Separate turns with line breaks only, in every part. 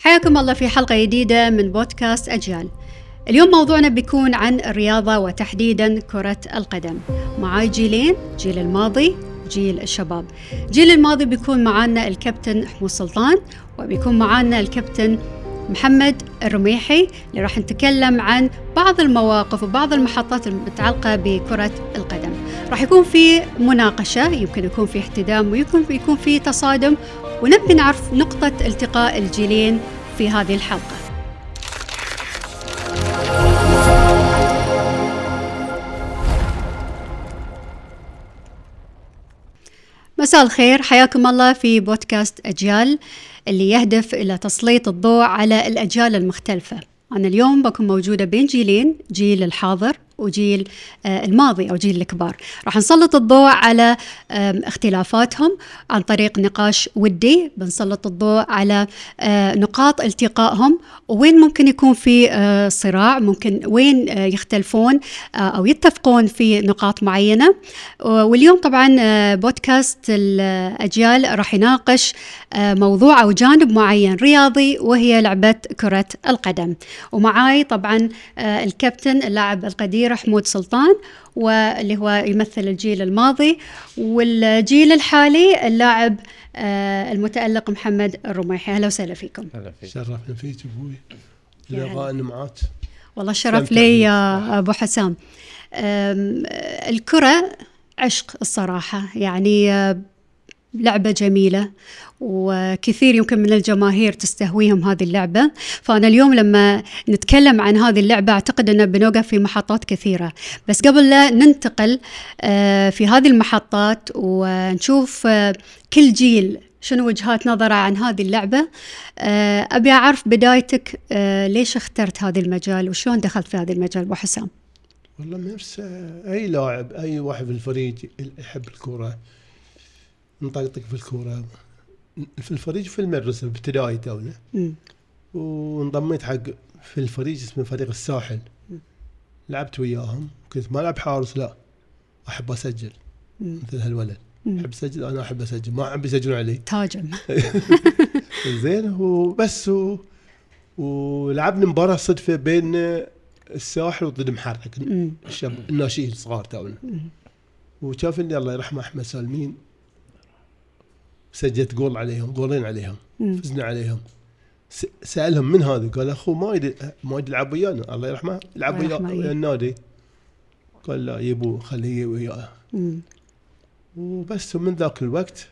حياكم الله في حلقة جديدة من بودكاست أجيال اليوم موضوعنا بيكون عن الرياضة وتحديدا كرة القدم معاي جيلين جيل الماضي جيل الشباب جيل الماضي بيكون معانا الكابتن حمود سلطان وبيكون معانا الكابتن محمد الرميحي اللي راح نتكلم عن بعض المواقف وبعض المحطات المتعلقة بكرة القدم راح يكون في مناقشة يمكن يكون في احتدام ويمكن يكون في تصادم ونبي نعرف نقطة التقاء الجيلين في هذه الحلقة مساء الخير حياكم الله في بودكاست أجيال اللي يهدف إلى تسليط الضوء على الأجيال المختلفة أنا اليوم بكون موجودة بين جيلين جيل الحاضر وجيل آه، الماضي أو جيل الكبار راح نسلط الضوء على آم، اختلافاتهم عن طريق نقاش ودي بنسلط الضوء على آه، نقاط التقائهم وين ممكن يكون في آه، صراع ممكن وين آه، يختلفون آه، أو يتفقون في نقاط معينة و- واليوم طبعا آه، بودكاست الأجيال راح يناقش آه، موضوع أو جانب معين رياضي وهي لعبة كرة القدم ومعاي طبعا آه، الكابتن اللاعب القدير حمود سلطان واللي هو يمثل الجيل الماضي والجيل الحالي اللاعب آه، المتألق محمد الرميحي أهلا وسهلا فيكم
هلا فيك
شرفنا فيك ابوي
يا هلا.
الاضاءه النمعات
والله شرف
استمتع
لي يا ابو حسام أم، الكره عشق الصراحه يعني أم، لعبة جميلة وكثير يمكن من الجماهير تستهويهم هذه اللعبة فأنا اليوم لما نتكلم عن هذه اللعبة أعتقد أن بنوقف في محطات كثيرة بس قبل لا ننتقل آه، في هذه المحطات ونشوف آه، كل جيل شنو وجهات نظره عن هذه اللعبة آه، أبي أعرف بدايتك آه، ليش اخترت هذا المجال وشلون دخلت في هذا المجال أبو حسام
والله نفس اي لاعب اي واحد في الفريق يحب الكوره نطقطق في الكوره في الفريق في المدرسه بابتدائي تونا
مم.
وانضميت حق في الفريق اسمه فريق الساحل لعبت وياهم كنت ما العب حارس لا احب اسجل
مم.
مثل هالولد
مم.
احب اسجل انا احب اسجل ما احب يسجلون علي
تهاجم
زين وبس و... ولعبنا مباراه صدفه بين الساحل وضد محرك
مم.
الشباب الناشئين الصغار تونا وشاف اني الله يرحمه احمد سالمين سجلت جول عليهم جولين عليهم
مم.
فزنا عليهم س- سالهم من هذا قال اخو ما يد ما يد يلعب ويانا الله يرحمه يلعب
الله
ويا
يرحمه،
ويا
إيه.
النادي قال لا يبو خليه وياه
مم.
وبس ومن ذاك الوقت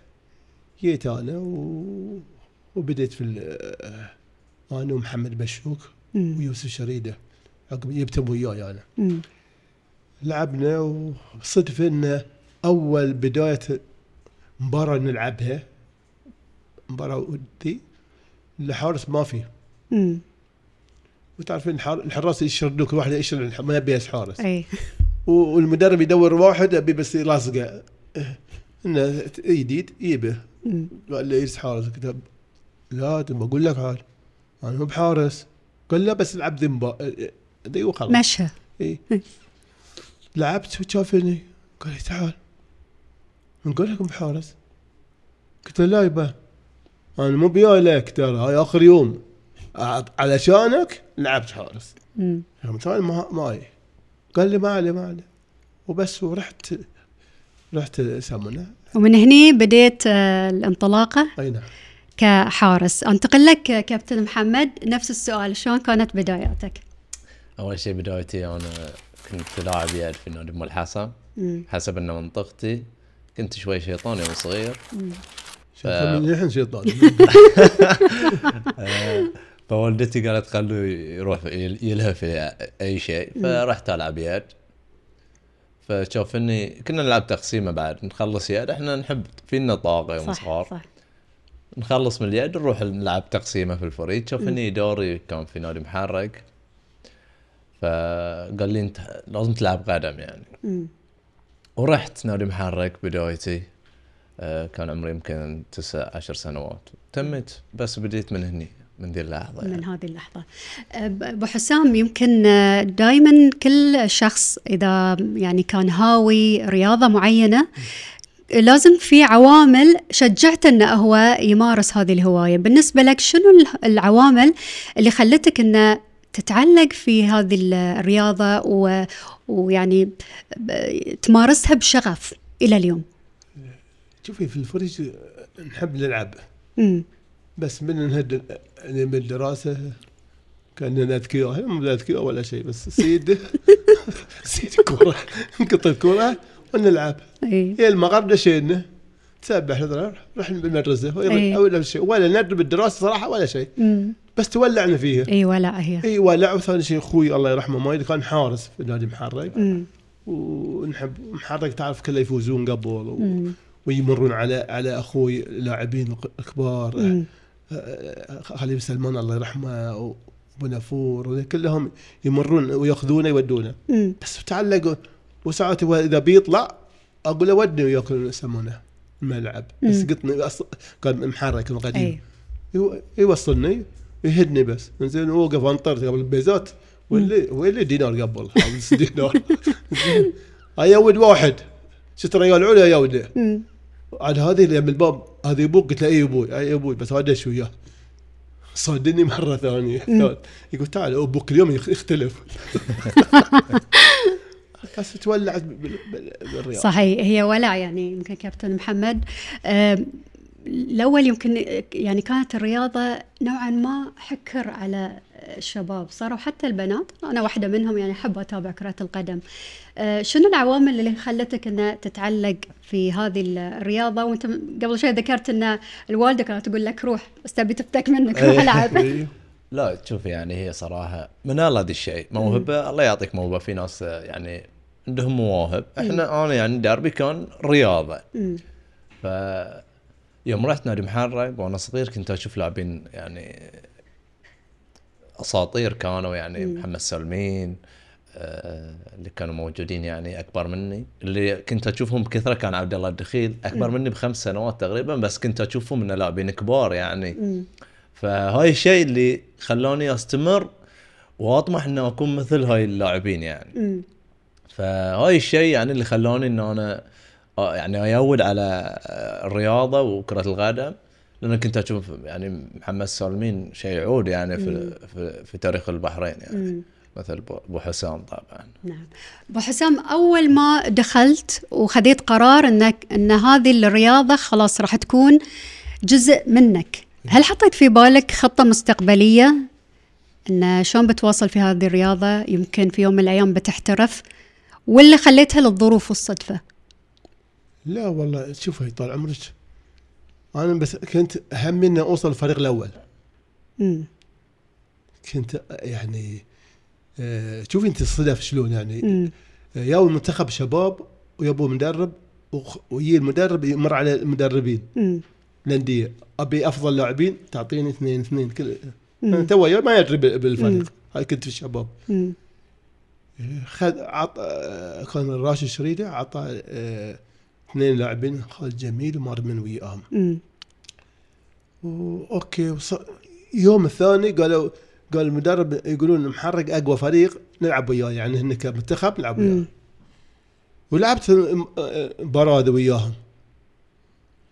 جيت انا و... وبديت في ال- انا ومحمد بشوك
مم.
ويوسف شريده عقب جبته وياي انا
مم.
لعبنا وصدفة ان اول بداية مباراة نلعبها مباراة ودي الحارس ما في
مم.
وتعرفين الحار- الحراس يشردوك واحد يشرد الح- ما يبي يس حارس
اي
و- والمدرب يدور واحد ابي بس يلاصقه إه، انه ت- جديد يبه
مم.
قال لي يس حارس قلت له لا تبى اقول لك عاد انا مو بحارس قال لا بس العب ذنبا إيه، ذي وخلاص
مشى
اي
إيه.
لعبت وشافني قال لي تعال نقول لكم بحارس قلت له لا يبا انا مو بيا لك ترى هاي اخر يوم أع- علشانك لعبت حارس
مم.
يوم ثاني ما ماي قال لي ما عليه ما عليه وبس ورحت رحت يسمونه
ومن هني بديت آه، الانطلاقة
اي نعم
كحارس أنتقل لك آه، كابتن محمد نفس السؤال شلون كانت بداياتك
اول شيء بدايتي انا كنت لاعب يد في نادي ام الحسن
مم.
حسب ان منطقتي كنت شوي شيطاني وانا صغير
شكله من الحين شيطان
فوالدتي قالت خلوه يروح يل- يلهف في اي شيء فرحت العب يد فشوف اني كنا نلعب تقسيمه بعد نخلص يد احنا نحب فينا طاقه يوم
صح
صغار
صح
نخلص من اليد نروح نلعب تقسيمه في الفريق شوف اني دوري كان في نادي محرك فقال لي انت لازم تلعب قدم يعني
مم.
ورحت نادي محرك بدايتي آه، كان عمري يمكن تسع عشر سنوات تمت بس بديت من هني من ذي اللحظه يعني.
من هذه اللحظة أب- أبو حسام يمكن آه، دائما كل شخص إذا يعني كان هاوي رياضة معينة لازم في عوامل شجعت انه هو يمارس هذه الهوايه بالنسبه لك شنو ال- العوامل اللي خلتك انه تتعلق في هذه ال- الرياضه و... ويعني ب- تمارسها بشغف الى اليوم
شوفي في الفرج نحب نلعب
امم
بس من نهد يعني من الدراسه كاننا اذكياء احنا مو اذكياء ولا شيء بس سيد سيد كوره نقط الكوره ونلعب
اي
هي المغرب دشينا تسبح نضرب، رحنا بالمدرسه
إيه.
ولا ولا شيء ولا ندرب الدراسه صراحه ولا شيء
امم
بس تولعنا فيها
اي إيه، ولا هي
اي ولع وثاني شيء اخوي الله يرحمه مايد كان حارس في نادي محرق
امم
ونحب محرق تعرف كله يفوزون قبل و...
أمم.
ويمرون على على اخوي اللاعبين الق- الكبار
أمم.
آه، خليل سلمان الله يرحمه وابو نافور كلهم يمرون وياخذونه يودونه
أمم.
بس تعلقوا وساعات هو اذا بيطلع اقول له ودني وياك يسمونه الملعب بس
مم.
قطني أص- كان محرك من قديم
اي
يو- يوصلني يهدني بس زين اوقف انطر قبل البيزات واللي واللي دينار قبل خمس دينار زين. ايود واحد شفت ريال علا يوده
أمم.
عاد هذه اللي من الباب هذه ابوك قلت له إيه اي ابوي اي ابوي بس هذا ايش وياه صدني مره ثانيه ثالث. يقول تعال ابوك اليوم يخ- يختلف بس تولعت بال- بال- بالرياض
صحيح هي ولع يعني يمكن كابتن محمد آم، الاول يمكن يعني كانت الرياضه نوعا ما حكر على الشباب صاروا حتى البنات انا واحده منهم يعني احب اتابع كره القدم آه، شنو العوامل اللي خلتك ان تتعلق في هذه الرياضه وانت م- قبل شوي ذكرت ان الوالده كانت تقول لك روح بس تبي تفتك منك روح العب
إيه.
لا تشوف يعني هي صراحه من الله ذي الشيء موهبه الله يعطيك موهبه في ناس آه، يعني عندهم مواهب احنا انا يعني دربي كان رياضه
مم.
ف يوم رحت نادي محرق وانا صغير كنت اشوف لاعبين يعني اساطير كانوا يعني محمد سلمين آه، اللي كانوا موجودين يعني اكبر مني اللي كنت اشوفهم بكثره كان عبد الله الدخيل اكبر مني بخمس سنوات تقريبا بس كنت اشوفهم انه لاعبين كبار يعني
مم.
فهاي الشيء اللي خلوني استمر واطمح ان اكون مثل هاي اللاعبين يعني
مم.
فهاي الشيء يعني اللي خلوني ان انا آه، يعني ايود على آه، الرياضه وكره القدم لان كنت اشوف يعني محمد سالمين شيء يعود يعني في, في في تاريخ البحرين يعني
مم.
مثل بو- بو حسام طبعا
نعم ابو حسام اول ما دخلت وخذيت قرار انك ان هذه الرياضه خلاص راح تكون جزء منك هل حطيت في بالك خطه مستقبليه ان شلون بتواصل في هذه الرياضه يمكن في يوم من الايام بتحترف ولا خليتها للظروف والصدفه
لا والله شوفي طال عمرك انا بس كنت همي اني اوصل الفريق الاول
امم
كنت يعني آه، شوفي انت الصدف شلون يعني
امم
يا المنتخب شباب ويبوا مدرب وخ- ويجي المدرب يمر على المدربين
أمم.
الانديه ابي افضل لاعبين تعطيني اثنين اثنين كل أنا
أمم.
تو ما يدري بال-
مم.
بالفريق هاي كنت في الشباب
أمم.
خذ عط آه، كان راشد شريده عطى آه، اثنين لاعبين خالد جميل ومارمن وياهم
أمم.
و- اوكي وص... يوم الثاني قالوا قال المدرب يقولون محرق اقوى فريق نلعب وياه يعني هن كمنتخب نلعب وياه
أمم.
ولعبت م- مباراة ذي وياهم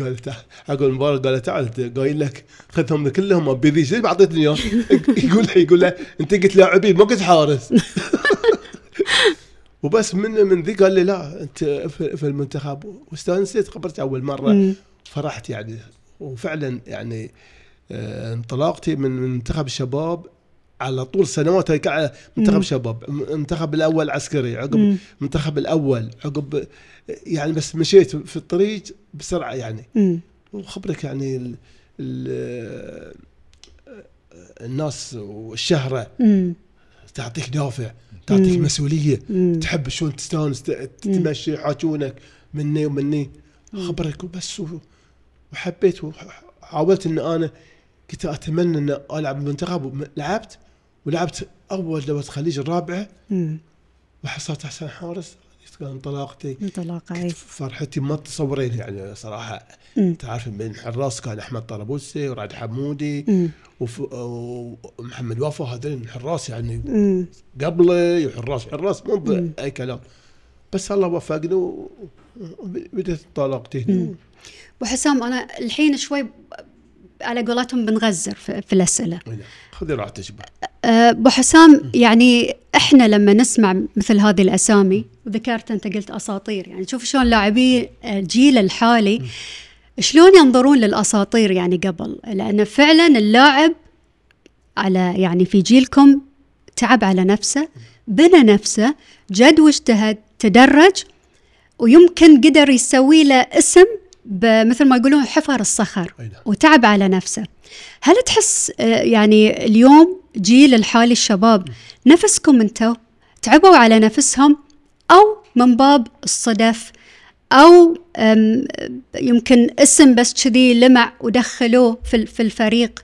قال تعال اقول المباراة قال تعال قايل لك خذهم كلهم ابي ذي شيء بعطيتني اياه يقول له يقول له انت قلت لاعبين ما قلت حارس وبس من من ذي قال لي لا انت في في المنتخب واستانست خبرت اول مره
أمم.
فرحت يعني وفعلا يعني آه، انطلاقتي من من منتخب الشباب على طول سنوات هيك على منتخب
مم.
شباب م- المنتخب الاول عسكري عقب
أمم.
المنتخب الاول عقب يعني بس مشيت في الطريق بسرعه يعني
أمم.
وخبرك يعني ال ال الناس والشهره
أمم.
تعطيك دافع تعطيك
مم.
مسؤوليه
أمم.
تحب شلون تستانس ت- تتمشي يحاجونك مني ومني خبرك وبس و- وحبيت وحاولت ان انا كنت اتمنى ان العب بالمنتخب ولعبت ولعبت اول دورة خليج الرابعه
أمم.
وحصلت احسن حارس كان انطلاقتي
انطلاقه
كنت
أي.
فرحتي ما تتصورين يعني صراحه
أمم.
تعرف من الحراس كان احمد طرابلسي ورعد حمودي
أمم.
وف- ومحمد وفا هذول الحراس يعني
أمم.
قبله حراس حراس مو ب-
مم.
اي كلام بس الله وفقني و- وبدت انطلقت هنا
ابو حسام انا الحين شوي على قولتهم بنغزر في, في الاسئله
هنا. نعم. خذي راحتك بقى.
أه، ابو حسام يعني احنا لما نسمع مثل هذه الاسامي وذكرت انت قلت اساطير يعني شوف شلون لاعبي الجيل الحالي شلون ينظرون للاساطير يعني قبل لان فعلا اللاعب على يعني في جيلكم تعب على نفسه بنى نفسه جد واجتهد تدرج ويمكن قدر يسوي له اسم مثل ما يقولون حفر الصخر
أي نعم.
وتعب على نفسه هل تحس آه، يعني اليوم جيل الحالي الشباب نفسكم انتو تعبوا على نفسهم او من باب الصدف او أم، يمكن اسم بس كذي لمع ودخلوه في ال- في الفريق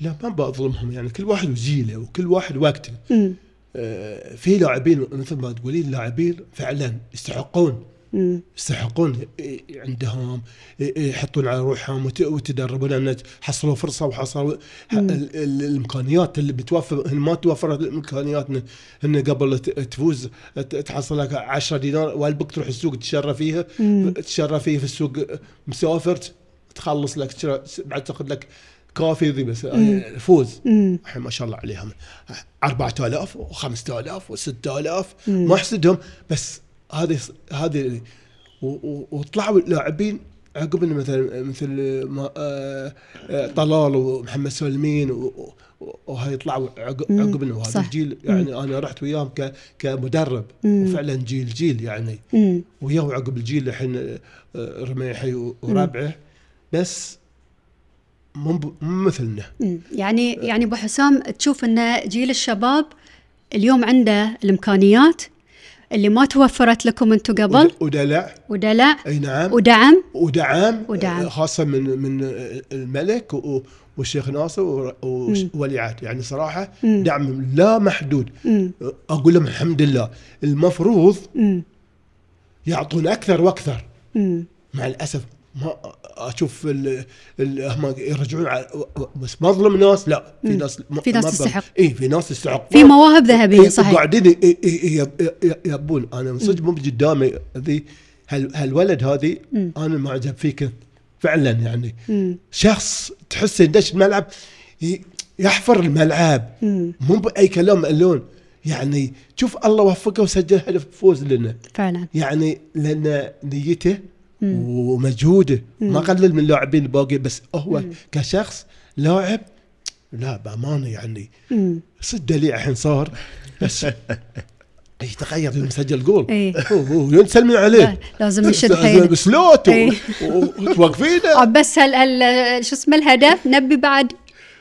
لا ما بظلمهم يعني كل واحد وجيله وكل واحد وقته
مم،
آه، في لاعبين مثل ما تقولين لاعبين فعلا يستحقون
مم،
يستحقون إيه، عندهم إيه، إيه، يحطون على روحهم وت- ويتدربون لان حصلوا فرصه وحصلوا ح- ال- ال- الامكانيات اللي بتوفر إن ما توفرت الامكانيات إن- ان قبل ت- تفوز ت- تحصل لك 10 دينار والبك تروح السوق تشرى فيها تشرى فيها في السوق مسافر تخلص لك تشرى- بعد تاخذ لك كافي ذي بس آه، فوز
مم،
الحين ما شاء الله عليهم 4000 و5000 و6000 ما احسدهم بس هذه هذه و- و- وطلعوا اللاعبين عقب إنه مثلا مثل ما آه، آه، طلال ومحمد سلمين و- و- وهاي طلعوا عقب
مم،
عقب إنه هذا
صح.
الجيل يعني انا رحت وياهم ك- كمدرب
مم.
وفعلا جيل جيل يعني
مم،
وياه عقب الجيل الحين آه، رميحي و- وربعه بس مو ب- مو مثلنا
مم. يعني يعني ابو حسام تشوف ان جيل الشباب اليوم عنده الامكانيات اللي ما توفرت لكم انتم قبل
ودلع
ودلع
اي نعم
ودعم
ودعم
ودعم.
خاصه من من آه، الملك و- والشيخ ناصر و- وش- وولي عهد يعني صراحه
مم.
دعم لا محدود
مم،
اقول لهم الحمد لله المفروض
مم،
يعطون اكثر واكثر
مم.
مع الاسف ما اشوف ال- ال- هم يرجعون على بس مظلم ناس لا في ناس ما-
في ناس
ما-
تستحق.
اي في ناس تستحق
في مواهب ذهبيه
إيه،
صحيح
وقاعدين ي- ي- ي- ي- يبون انا من صدق مو قدامي ذي هال- هالولد هذه انا معجب فيك فعلا يعني
مم.
شخص تحسه يدش الملعب ي- يحفر الملعب
مم.
مو باي كلام اللون يعني شوف الله وفقه وسجل هدف فوز لنا
فعلا
يعني لان نيته ومجهوده ما قلل من اللاعبين الباقي بس هو كشخص لاعب لا بامانه يعني
مم.
صد لي الحين صار بس يتغير لما سجل جول
إيه.
هو- هو ينسل من عليه
لازم نشد حيل
بسلوت
إيه.
وتوقفينه
آه، بس هل هل شو اسمه الهدف نبي بعد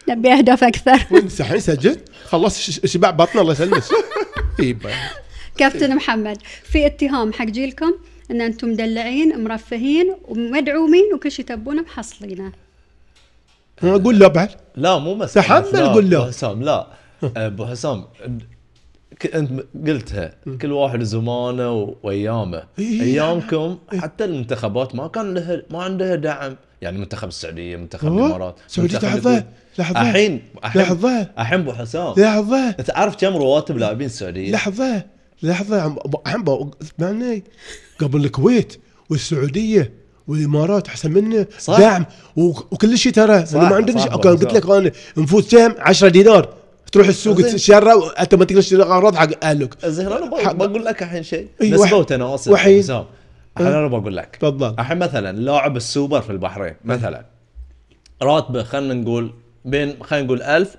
نبي اهداف اكثر
وانت الحين سجل خلص ش- شبع بطنه الله يسلمك إيه، يبا
كابتن محمد في اتهام حق جيلكم ان انتم مدلعين مرفهين ومدعومين وكل شيء تبونه محصلينه
انا اقول لا بعد
لا مو مسألة
تحمل
لا،
قول له.
ابو حسام لا ابو حسام ك- انت م- قلتها كل واحد زمانه و- وايامه
إيه.
ايامكم حتى المنتخبات ما كان لها ما عندها دعم يعني منتخب السعوديه منتخب
أوه.
الامارات
سعودية
منتخب
لحظة،
الكويت.
لحظة.
الحين الحين
لحظة.
الحين ابو حسام
لحظه
انت عارف كم رواتب لاعبين السعوديه؟
لحظه لحظه عم عم بق- اسمعني قبل الكويت والسعوديه والامارات احسن منه
صح.
دعم وك- وكل شيء ترى
صح،
انا ما عندك
صح،
شيء كان
صح.
قلت لك انا نفوز كم 10 دينار تروح السوق
زين.
تشرى انت ما تقدر تشتري اغراض حق اهلك
زين انا
حق-
ب- بقول لك الحين شيء
إي،
نسبه
وحي-
وتناسب
وحيد.
يا حسام.
أه.
الحين انا بقول لك
تفضل.
الحين مثلا لاعب السوبر في البحرين
أه.
مثلا راتبه خلينا نقول بين خلينا نقول 1000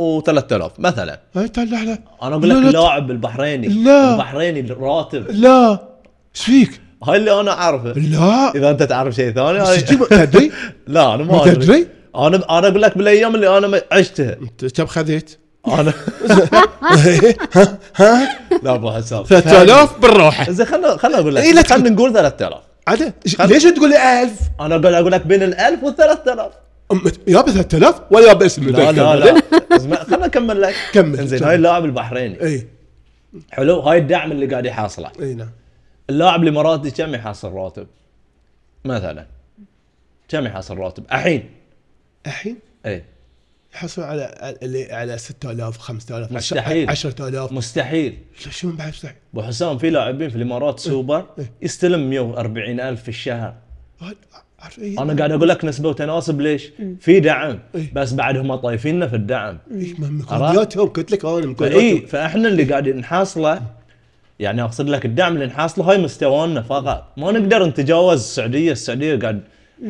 و3000 مثلا
هاي تعال لحظه
انا اقول
لا،
لك
لا
لاعب البحريني
لا.
البحريني الراتب
لا ايش فيك؟
هاي اللي انا اعرفه
لا
اذا انت تعرف شيء ثاني
بس
هاي-
تجيب- تدري
لا انا ما
ما تدري؟
انا انا اقول لك بالايام اللي انا عشتها
انت كم خذيت؟ إيه.
انا
ها ها
لا ابو حسام
3000 بالروحه
زين خلنا خلنا اقول لك
إي، إيه، لا تقول.
خلينا نقول 3000
عدد إيش-
خل-
ليش تقول لي 1000
انا اقول اقول لك بين ال1000 وال3000
أم- يا ب 3000 ولا يا باسم
لا لا لا اسمع، خلنا اكمل لك
كمل، إيه.
انزين
كمل.
هاي اللاعب البحريني
اي
حلو هاي الدعم اللي قاعد يحصله
اي نعم
اللاعب الاماراتي كم يحصل راتب؟ مثلا كم يحصل راتب؟ الحين إيه.
الحين
اي
حصل على على- اللي على 6000 5000
مستحيل.
10000
مستحيل
شو من بعد مستحيل
ابو حسام في لاعبين في الامارات سوبر
إيه.
يستلم 140 الف في الشهر
هاد- عارف إيه؟
انا قاعد اقول لك نسبه وتناسب ليش؟ في دعم
إيه.
بس بعد هم طايفيننا في الدعم
إيه، ما- مقودياتهم قلت لك انا
فاي
مقودياتهم
فاحنا اللي قاعدين نحاصله يعني اقصد لك الدعم اللي نحاصله هاي مستوانا فقط ما نقدر نتجاوز السعوديه السعوديه قاعد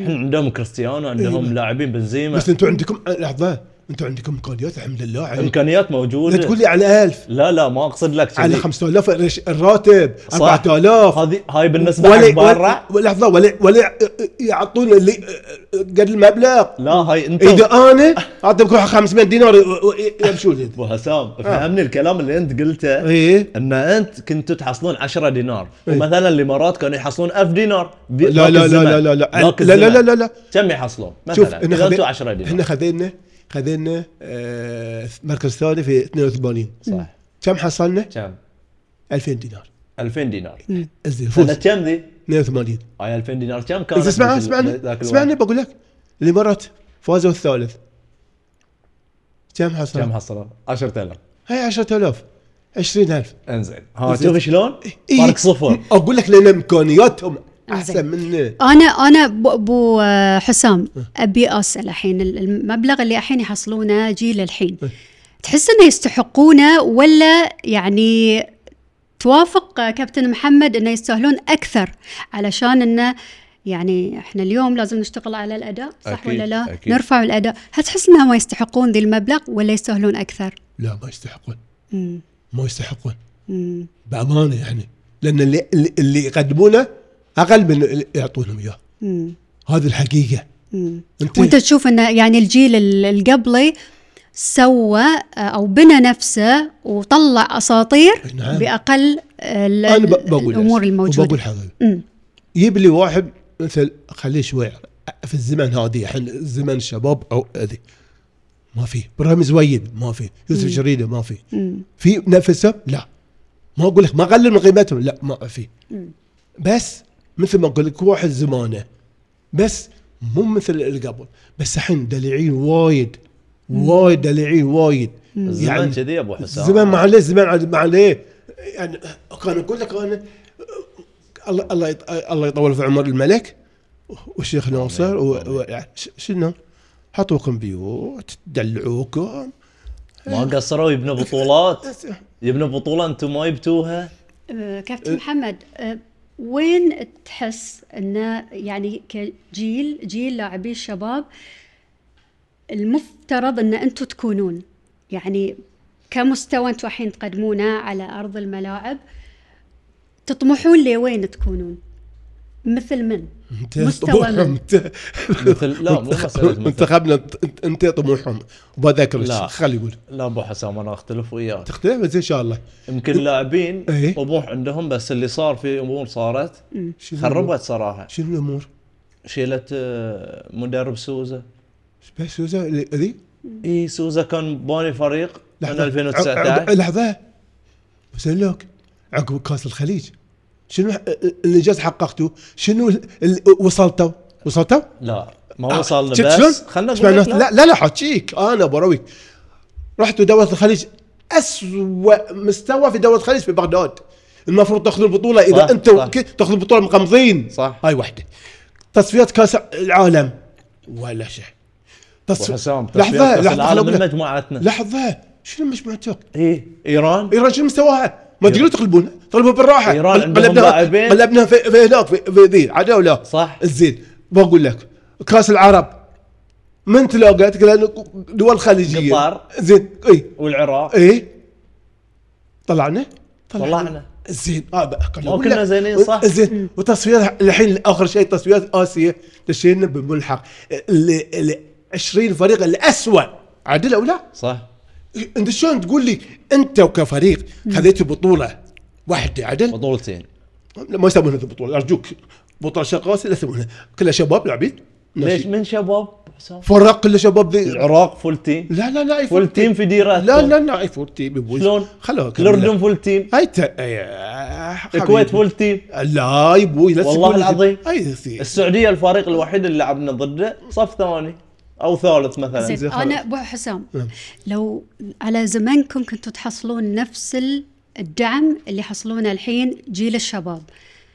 احنا عندهم كريستيانو عندهم
إيه.
لاعبين بنزيما
بس انتم عندكم لحظه انتم عندكم مقوديات الحمد لله عليك.
امكانيات
لا تقول
موجوده
لي على 1000
لا لا ما اقصد لك كذي.
على 5000 الرش- الراتب
صح.
4000
هذه هاي بالنسبه حق برا
ولا لحظه ولا ولا يعطون اه، اللي اه، قد المبلغ
لا هاي انت
اذا انا اعطيك 500 دينار اه، يمشون
ابو حسام
آه.
فهمني الكلام اللي انت قلته
اي
ان انت كنتوا تحصلون 10 دينار
إيه.
ومثلا الامارات كانوا يحصلون 1000 دينار ب-
لا-
ذاك
لا- لا-
الزمن.
لا- لا- لا.
ذاك
لا- لا-
الزمن.
لا- لا- لا.
كم يحصلون
شوف
مثلا
احنا
اذا
خذي-
انتوا 10
احنا
دينار
خذينا خذينا آه، مركز ثاني في 82
صح
كم حصلنا؟
كم
2000 دينار
2000 دينار
انزين فوز
سنه كم ذي؟
82
هاي 2000 دينار كم كان
بس اسمع اسمعني اسمعني بقول لك الامارات فازوا الثالث كم
كم
حصل؟
حصلوا؟ 10000
هاي 10000 20000
انزين ها
زين.
شوف شلون؟
إيه.
فرق صفر
اقول لك لان امكانياتهم
زين.
احسن منه
انا انا ب- ابو آه، حسام ابي اسال الحين ال- المبلغ اللي الحين يحصلونه جيل الحين
إيه.
تحس انه يستحقونه ولا يعني توافق آه، كابتن محمد انه يستاهلون اكثر علشان انه يعني احنا اليوم لازم نشتغل على الاداء صح
أكيد،
ولا لا؟
أكيد.
نرفع الاداء، هل تحس انهم يستحقون ذي المبلغ ولا يستاهلون اكثر؟
لا ما يستحقون
مم.
ما يستحقون
مم.
بامانه يعني لان اللي اللي- اللي يقدمونه اقل من اللي يعطونهم اياه
مم.
هذه الحقيقه
مم.
انت
وانت تشوف انه يعني الجيل ال- القبلي سوى آه، او بنى نفسه وطلع اساطير
نعم.
باقل ال-
انا ب- بقول
الامور
لك،
الموجوده
وبقول حضرتك
مم.
جيب لي واحد مثل خليه شوي في الزمن هذه الحين زمن الشباب او هذه ما في ابراهيم زويد ما في يوسف شريده ما في
مم.
في نفسه لا ما اقول لك ما اقلل من قيمتهم لا ما في
مم.
بس مثل ما اقول لك واحد زمانه بس مو مثل اللي قبل بس الحين دليعين وايد وايد دليعين وايد يعني
الزمن كذي يا ابو حسام
زمان ما عليه زمان على- ما عليه يعني كان اقول لك انا الله الله يط- الله يطول في عمر الملك والشيخ ناصر و- و- يعني ش- شنو حطوكم بيوت دلعوكم
ما قصروا يبنوا بطولات يبنوا بطوله انتم ما جبتوها
آه، كابتن محمد آه، وين تحس انه يعني كجيل جيل لاعبي الشباب المفترض ان انتم تكونون يعني كمستوى انتم الحين تقدمونه على ارض الملاعب تطمحون لوين تكونون؟ مثل من؟
انت
مستوى
طموحهم
من-
انت
مثل لا مو مساله مثل
منتخبنا انت- انت طموحهم
لا.
وبذكرك خلي يقول
لا ابو حسام انا اختلف وياك
تختلف بس ان شاء الله
يمكن لاعبين
إيه.
طموح عندهم بس اللي صار في امور صارت
شنو الأمور؟
خربت صراحه
شنو الامور؟
شيلت آه، مدرب سوزا
بس سوزا اللي- اللي
اي سوزا كان باني فريق من
عقب-
2019
لحظه بس أقول لك عقب كاس الخليج شنو ح- الانجاز حققته؟ شنو ال- ال- وصلتوا؟ وصلتوا؟
لا ما وصلنا
آه، شفت
بس
شلون؟
خلنا
اسمع
اقول لك
الناس- لا لا لا حاجيك انا براويك رحتوا دوله الخليج اسوء مستوى في دوله الخليج في بغداد المفروض تاخذون البطوله اذا
صح،
انت
صح.
ك- تاخذون البطوله مقمضين
صح.
هاي واحده تصفيات كاس العالم ولا شيء تصف...
أبو حسام
لحظه لحظه
العالم إيه، من
لحظه
مجموعتنا
لحظه شنو مجموعتك؟
اي ايران
ايران شنو مستواها؟ ما تقدروا تغلبونا تغلبوا بالراحه
إيران
قل-
عندهم
قلبنا-
لاعبين.
قلبنا في, في هناك في, في ذي عدا ولا
صح.
زين بقول لك كاس العرب من تلاقيت لأن دول خليجيه
قطر.
زين اي
والعراق
اي طلعنا
طلعنا
زين اه بقى كان
ما
أقول
كنا
لك.
زينين، صح.
زين وتصفيات الحين اخر شيء تصفيات اسيا دشينا بملحق اللي, اللي 20 فريق الاسوء عادل او لا؟
صح
انت شلون تقول لي انت وكفريق خذيت بطوله واحده عدل
بطولتين
ما يسمونها هذه البطوله ارجوك بطوله شرق اسيا لا يسمونها كلها شباب لاعبين
ليش
ناشئين.
من شباب حسام
فرق كله شباب ذي لا
العراق فول تيم
لا لا اي
فول تيم في ديرات
لا لا لا اي فول تيم يبوز.
شلون؟
خلوها كمل.
الاردن فول تيم
هاي ت- أي- آه، حبيبي.
الكويت فول تيم
لا يبوي لا
والله
تقول لي-
العظيم.
اي ذي.
السعوديه الفريق الوحيد اللي لعبنا ضده صف ثاني او ثالث مثلا
زين.
زين
خلاص.
انا ابو حسام
نعم.
لو على زمنكم كنتوا تحصلون نفس ال- الدعم اللي يحصلونه الحين جيل الشباب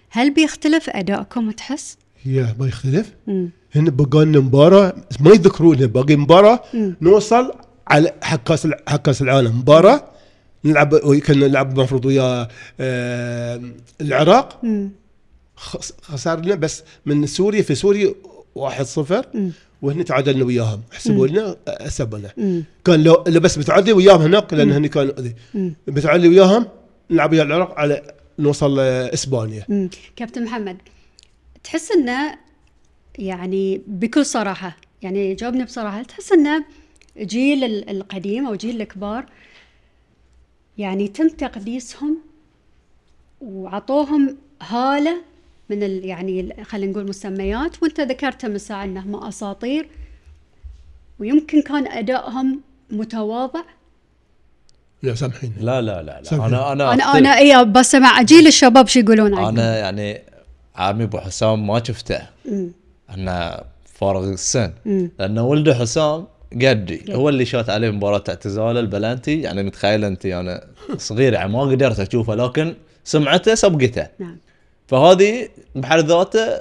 هل بيختلف ادائكم تحس؟
يا ما يختلف
مم.
هن بقى لنا مباراه ما يذكرونها باقي مباراه
مم.
نوصل على حق كاس الع- حق كاس العالم مباراه نلعب كنا نلعب المفروض ويا آه، العراق
مم.
خس- خسرنا بس من سوريا في سوريا 1-0
مم.
وهنا تعادلنا وياهم حسبوا لنا سبنا
مم.
كان لو لو بس بتعدي وياهم هناك لان هني كان ذي.
مم.
بتعدي وياهم نلعب ويا العراق على نوصل آه، اسبانيا
مم. كابتن محمد تحس انه يعني بكل صراحه يعني جاوبني بصراحه تحس انه جيل ال- القديم او جيل الكبار يعني تم تقديسهم وعطوهم هاله من ال يعني ال- خلينا نقول مسميات وانت ذكرتها من ساعه انهم اساطير ويمكن كان ادائهم متواضع
لا سامحيني
لا لا لا, لا.
سمع.
انا انا
انا
أختلف.
انا اي بسمع جيل الشباب شو يقولون عنه
انا يعني عمي ابو حسام ما شفته انه فارغ السن
مم.
لانه ولده حسام قدي هو اللي شات عليه مباراه اعتزال البلانتي يعني متخيل انت انا صغير يعني ما قدرت اشوفه لكن سمعته سبقته
نعم
فهذه بحد ذاته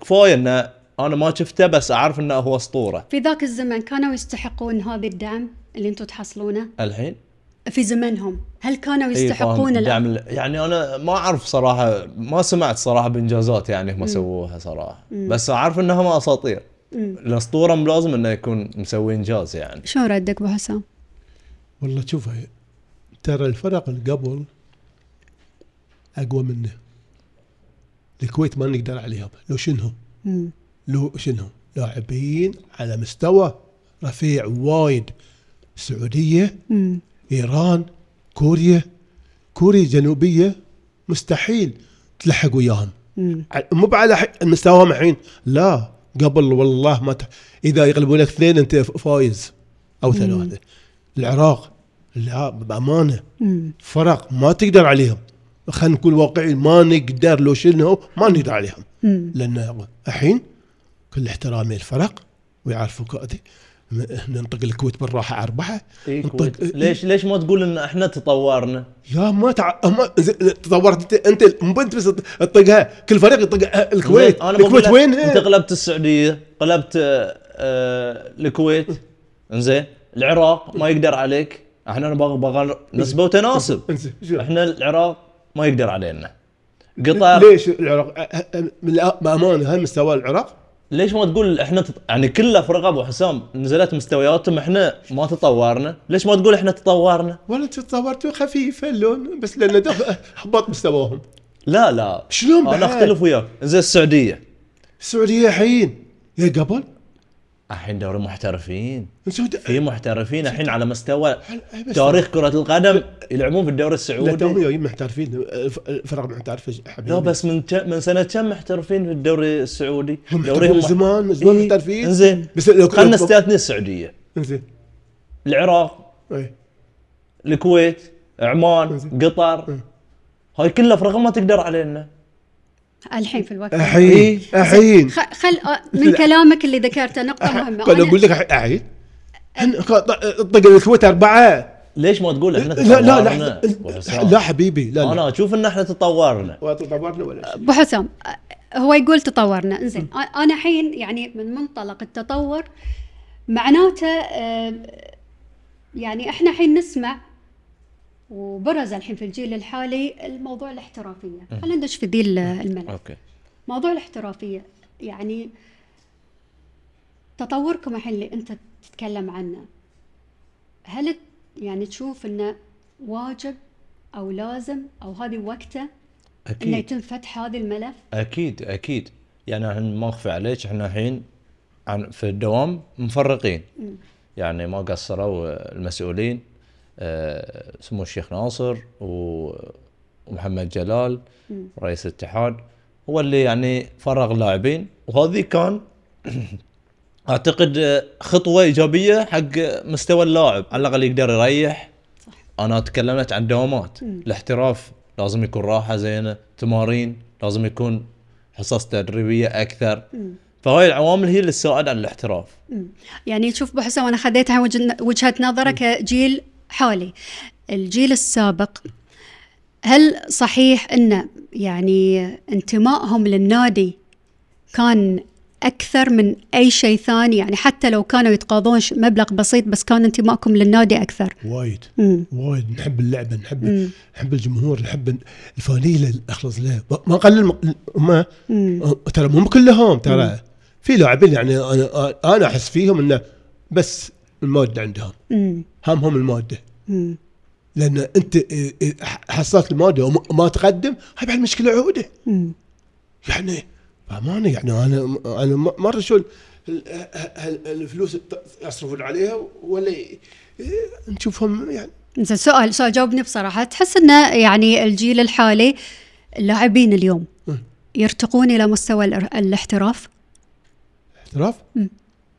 كفايه انه انا ما شفته بس اعرف انه هو اسطوره
في ذاك الزمن كانوا يستحقون هذا الدعم اللي انتم تحصلونه
الحين
في زمنهم هل كانوا
إي فاهم
يستحقون
الدعم
الدعم
ال- يعني انا ما اعرف صراحه ما سمعت صراحه بانجازات يعني هم سووها صراحه بس اعرف انهم اساطير الاسطوره مو لازم انه يكون مسوي انجاز يعني
شو ردك ابو حسام
والله شوف هي- ترى الفرق اللي قبل اقوى منه الكويت ما نقدر عليهم لو شنهم
مم.
لو شنهم لاعبين على مستوى رفيع وايد السعوديه
مم.
ايران كوريا كوريا الجنوبيه مستحيل تلحق وياهم
مم.
ع- مو على ح- مستواهم الحين لا قبل والله ما ت... اذا يغلبونك اثنين انت ف- فايز او ثلاثه العراق لا بامانه
مم.
فرق ما تقدر عليهم خلينا نكون واقعيين ما نقدر لو شنو ما نقدر عليهم
مم.
لان الحين كل احترامي الفرق ويعرفوا كأدي م- ننطق الكويت بالراحه اربعه ننطق
ليش ليش ما تقول ان احنا تطورنا؟
يا ما تع... ما زي- تطورت انت انت مو انت بس تطقها كل فريق يطق الكويت
أنا بقول
الكويت
لك،
وين إيه.
انت قلبت السعوديه قلبت آه، آه، الكويت انزين العراق ما يقدر عليك احنا نبغى بغى نسبه وتناسب
إنزين، شو؟
احنا العراق ما يقدر علينا قطر
ليش العراق أه، أ- أ- أ- بالأ- بامانه هل مستوى العراق
ليش ما تقول احنا تط... يعني كل افرقاء ابو حسام نزلت مستوياتهم احنا ما تطورنا ليش ما تقول احنا تطورنا
ولا تطورتوا خفيف اللون بس لان ده هبط مستواهم
لا لا
شلون
انا
بعد؟
اختلف وياك زي السعوديه
السعوديه الحين يا قبل
الحين دوري محترفين
السعودية-
في محترفين الحين على مستوى
أي بس-
تاريخ كرة القدم يلعبون في الدوري
لا توهم
السعودي
جايين محترفين الف- الفرق محترفين حبيبي
لا بس من ك... من سنة كم محترفين في الدوري السعودي؟
هم
دوريهم
محترفين زمان من زمان
إيه،
محترفين
انزين
بس لو كان-
خلنا نستثني السعودية،
انزين
العراق،
إيه.
الكويت، عمان،
إنزين. إيه.
قطر هاي كلها فرق ما تقدر علينا
الحين في الوقت
إيه.
الحين الحين
خ- خل آه، من كلامك اللي ذكرته نقطه مهمه
كان اقول
أنا
لك الحين هن- خ- طق الكويت اربعه
ليش ما تقول احنا
لا لا
تطورنا؟
لا
أبو حسام؟
لا حبيبي لا لا
انا اشوف ان احنا تطورنا
ولا تطورنا ولا شيء.
ابو حسام آه، هو يقول تطورنا انزين آه، انا الحين يعني من منطلق التطور معناته آه، يعني احنا الحين نسمع وبرز الحين في الجيل الحالي الموضوع الاحترافيه خلينا ندش في ذي ال- الملعب
اوكي
موضوع الاحترافيه يعني تطوركم الحين اللي انت تتكلم عنه هل ت- يعني تشوف انه واجب او لازم او هذه وقته انه
اكيد
يتم فتح هذا الملف
اكيد اكيد يعني الحين ما اخفي عليك احنا الحين عن في الدوام مفرقين يعني ما قصروا آه، المسؤولين آه، سمو الشيخ ناصر و- ومحمد جلال رئيس الاتحاد هو اللي يعني فرغ اللاعبين وهذه كان اعتقد آه، خطوه ايجابيه حق مستوى اللاعب على الاقل يقدر يريح
صح.
انا تكلمت عن دوامات الاحتراف لازم يكون راحه زينه تمارين لازم يكون حصص تدريبيه اكثر فهاي العوامل هي اللي تساعد على الاحتراف
يعني شوف ابو حسام انا خذيتها وجه- وجهه نظرك كجيل حالي الجيل السابق هل صحيح ان يعني انتمائهم للنادي كان اكثر من اي شيء ثاني يعني حتى لو كانوا يتقاضون ش- مبلغ بسيط بس كان انتمائكم للنادي اكثر
وايد
امم
وايد نحب اللعبه نحب
مم.
نحب الجمهور نحب الفانيله اللي اخلص لها ما قلل م- هم
امم
ترى مو كلهم ترى في لاعبين يعني انا انا احس فيهم انه بس الماده عندهم
امم
همهم الماده
امم
لان انت إيه، إيه، حصلت الماده وما ما تقدم هاي بعد مشكله عوده
امم
يعني بامانه يعني انا انا م- مره شو ال- ال- ال- الفلوس الت- يصرفون عليها ولا ي- إيه، نشوفهم يعني
زين سؤال سؤال جاوبني بصراحة تحس انه يعني الجيل الحالي اللاعبين اليوم
م.
يرتقون الى مستوى الار- الاحتراف
احتراف؟
مم.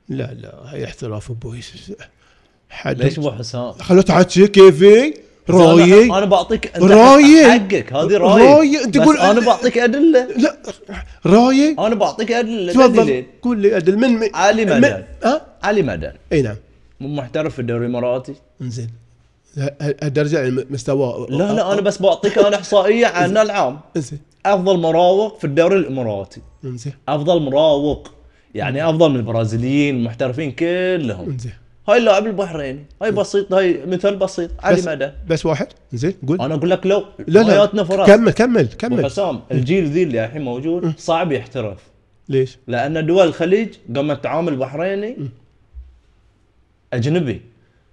لا لا هاي احتراف ابوي حد
ليش ابو حسام؟
خلوت عاتشي كيفي رايي
انا بعطيك أنت
رأيي.
حقك هذه رايي
رأيي. أنت
بس
قول-
انا بعطيك ادله
لا رايي
انا بعطيك ادله
تفضل
دليل.
قول لي ادل من من-
علي
من-
مدن.
ها؟
علي مدن
اي نعم
مو محترف في الدوري الاماراتي
انزين ه- ه- هالدرجه يعني م- مستواه
لا لا انا بس بعطيك انا احصائيه عن العام
انزين
افضل مراوغ في الدوري الاماراتي
انزين
افضل مراوغ يعني افضل من البرازيليين المحترفين كلهم
انزين
هاي اللاعب البحريني هاي بسيط هاي مثال بسيط علي
بس
مدن
بس واحد انزين قول
انا اقول لك لو
لا
حياتنا
لا
فرص
كمل كمل كمل
وحسام الجيل ذي اللي الحين موجود صعب يحترف
ليش؟
لان دول الخليج قامت تعامل بحريني اجنبي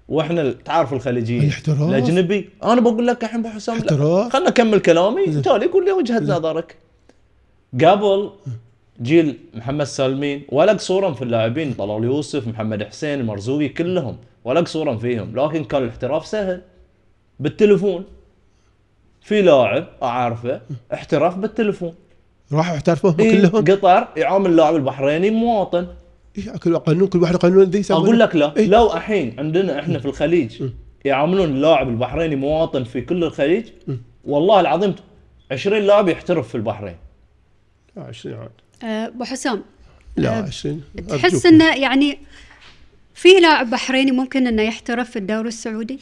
واحنا ال- تعرف الخليجيين
الاحتراف.
الاجنبي انا بقول لك الحين ابو حسام لا.
احتراف.
خلنا اكمل كلامي تالي قول لي وجهه نظرك قبل جيل محمد سالمين ولا قصورهم في اللاعبين طلال يوسف محمد حسين المرزوقي كلهم ولا قصورهم فيهم لكن كان الاحتراف سهل بالتليفون في لاعب اعرفه احتراف بالتليفون
راحوا احترفوهم
إيه
كلهم
قطر يعامل اللاعب البحريني مواطن
إيه، كل قانون كل واحد قانون ذي يسوي
اقول لك لا
إيه؟
لو الحين عندنا احنا في الخليج يعاملون اللاعب البحريني مواطن في كل الخليج والله العظيم 20 لاعب يحترف في البحرين
لا 20 عاد.
آه، ابو حسام
لا
أه،
20
تحس
أرجوك.
انه يعني في لاعب بحريني ممكن انه يحترف في الدوري السعودي؟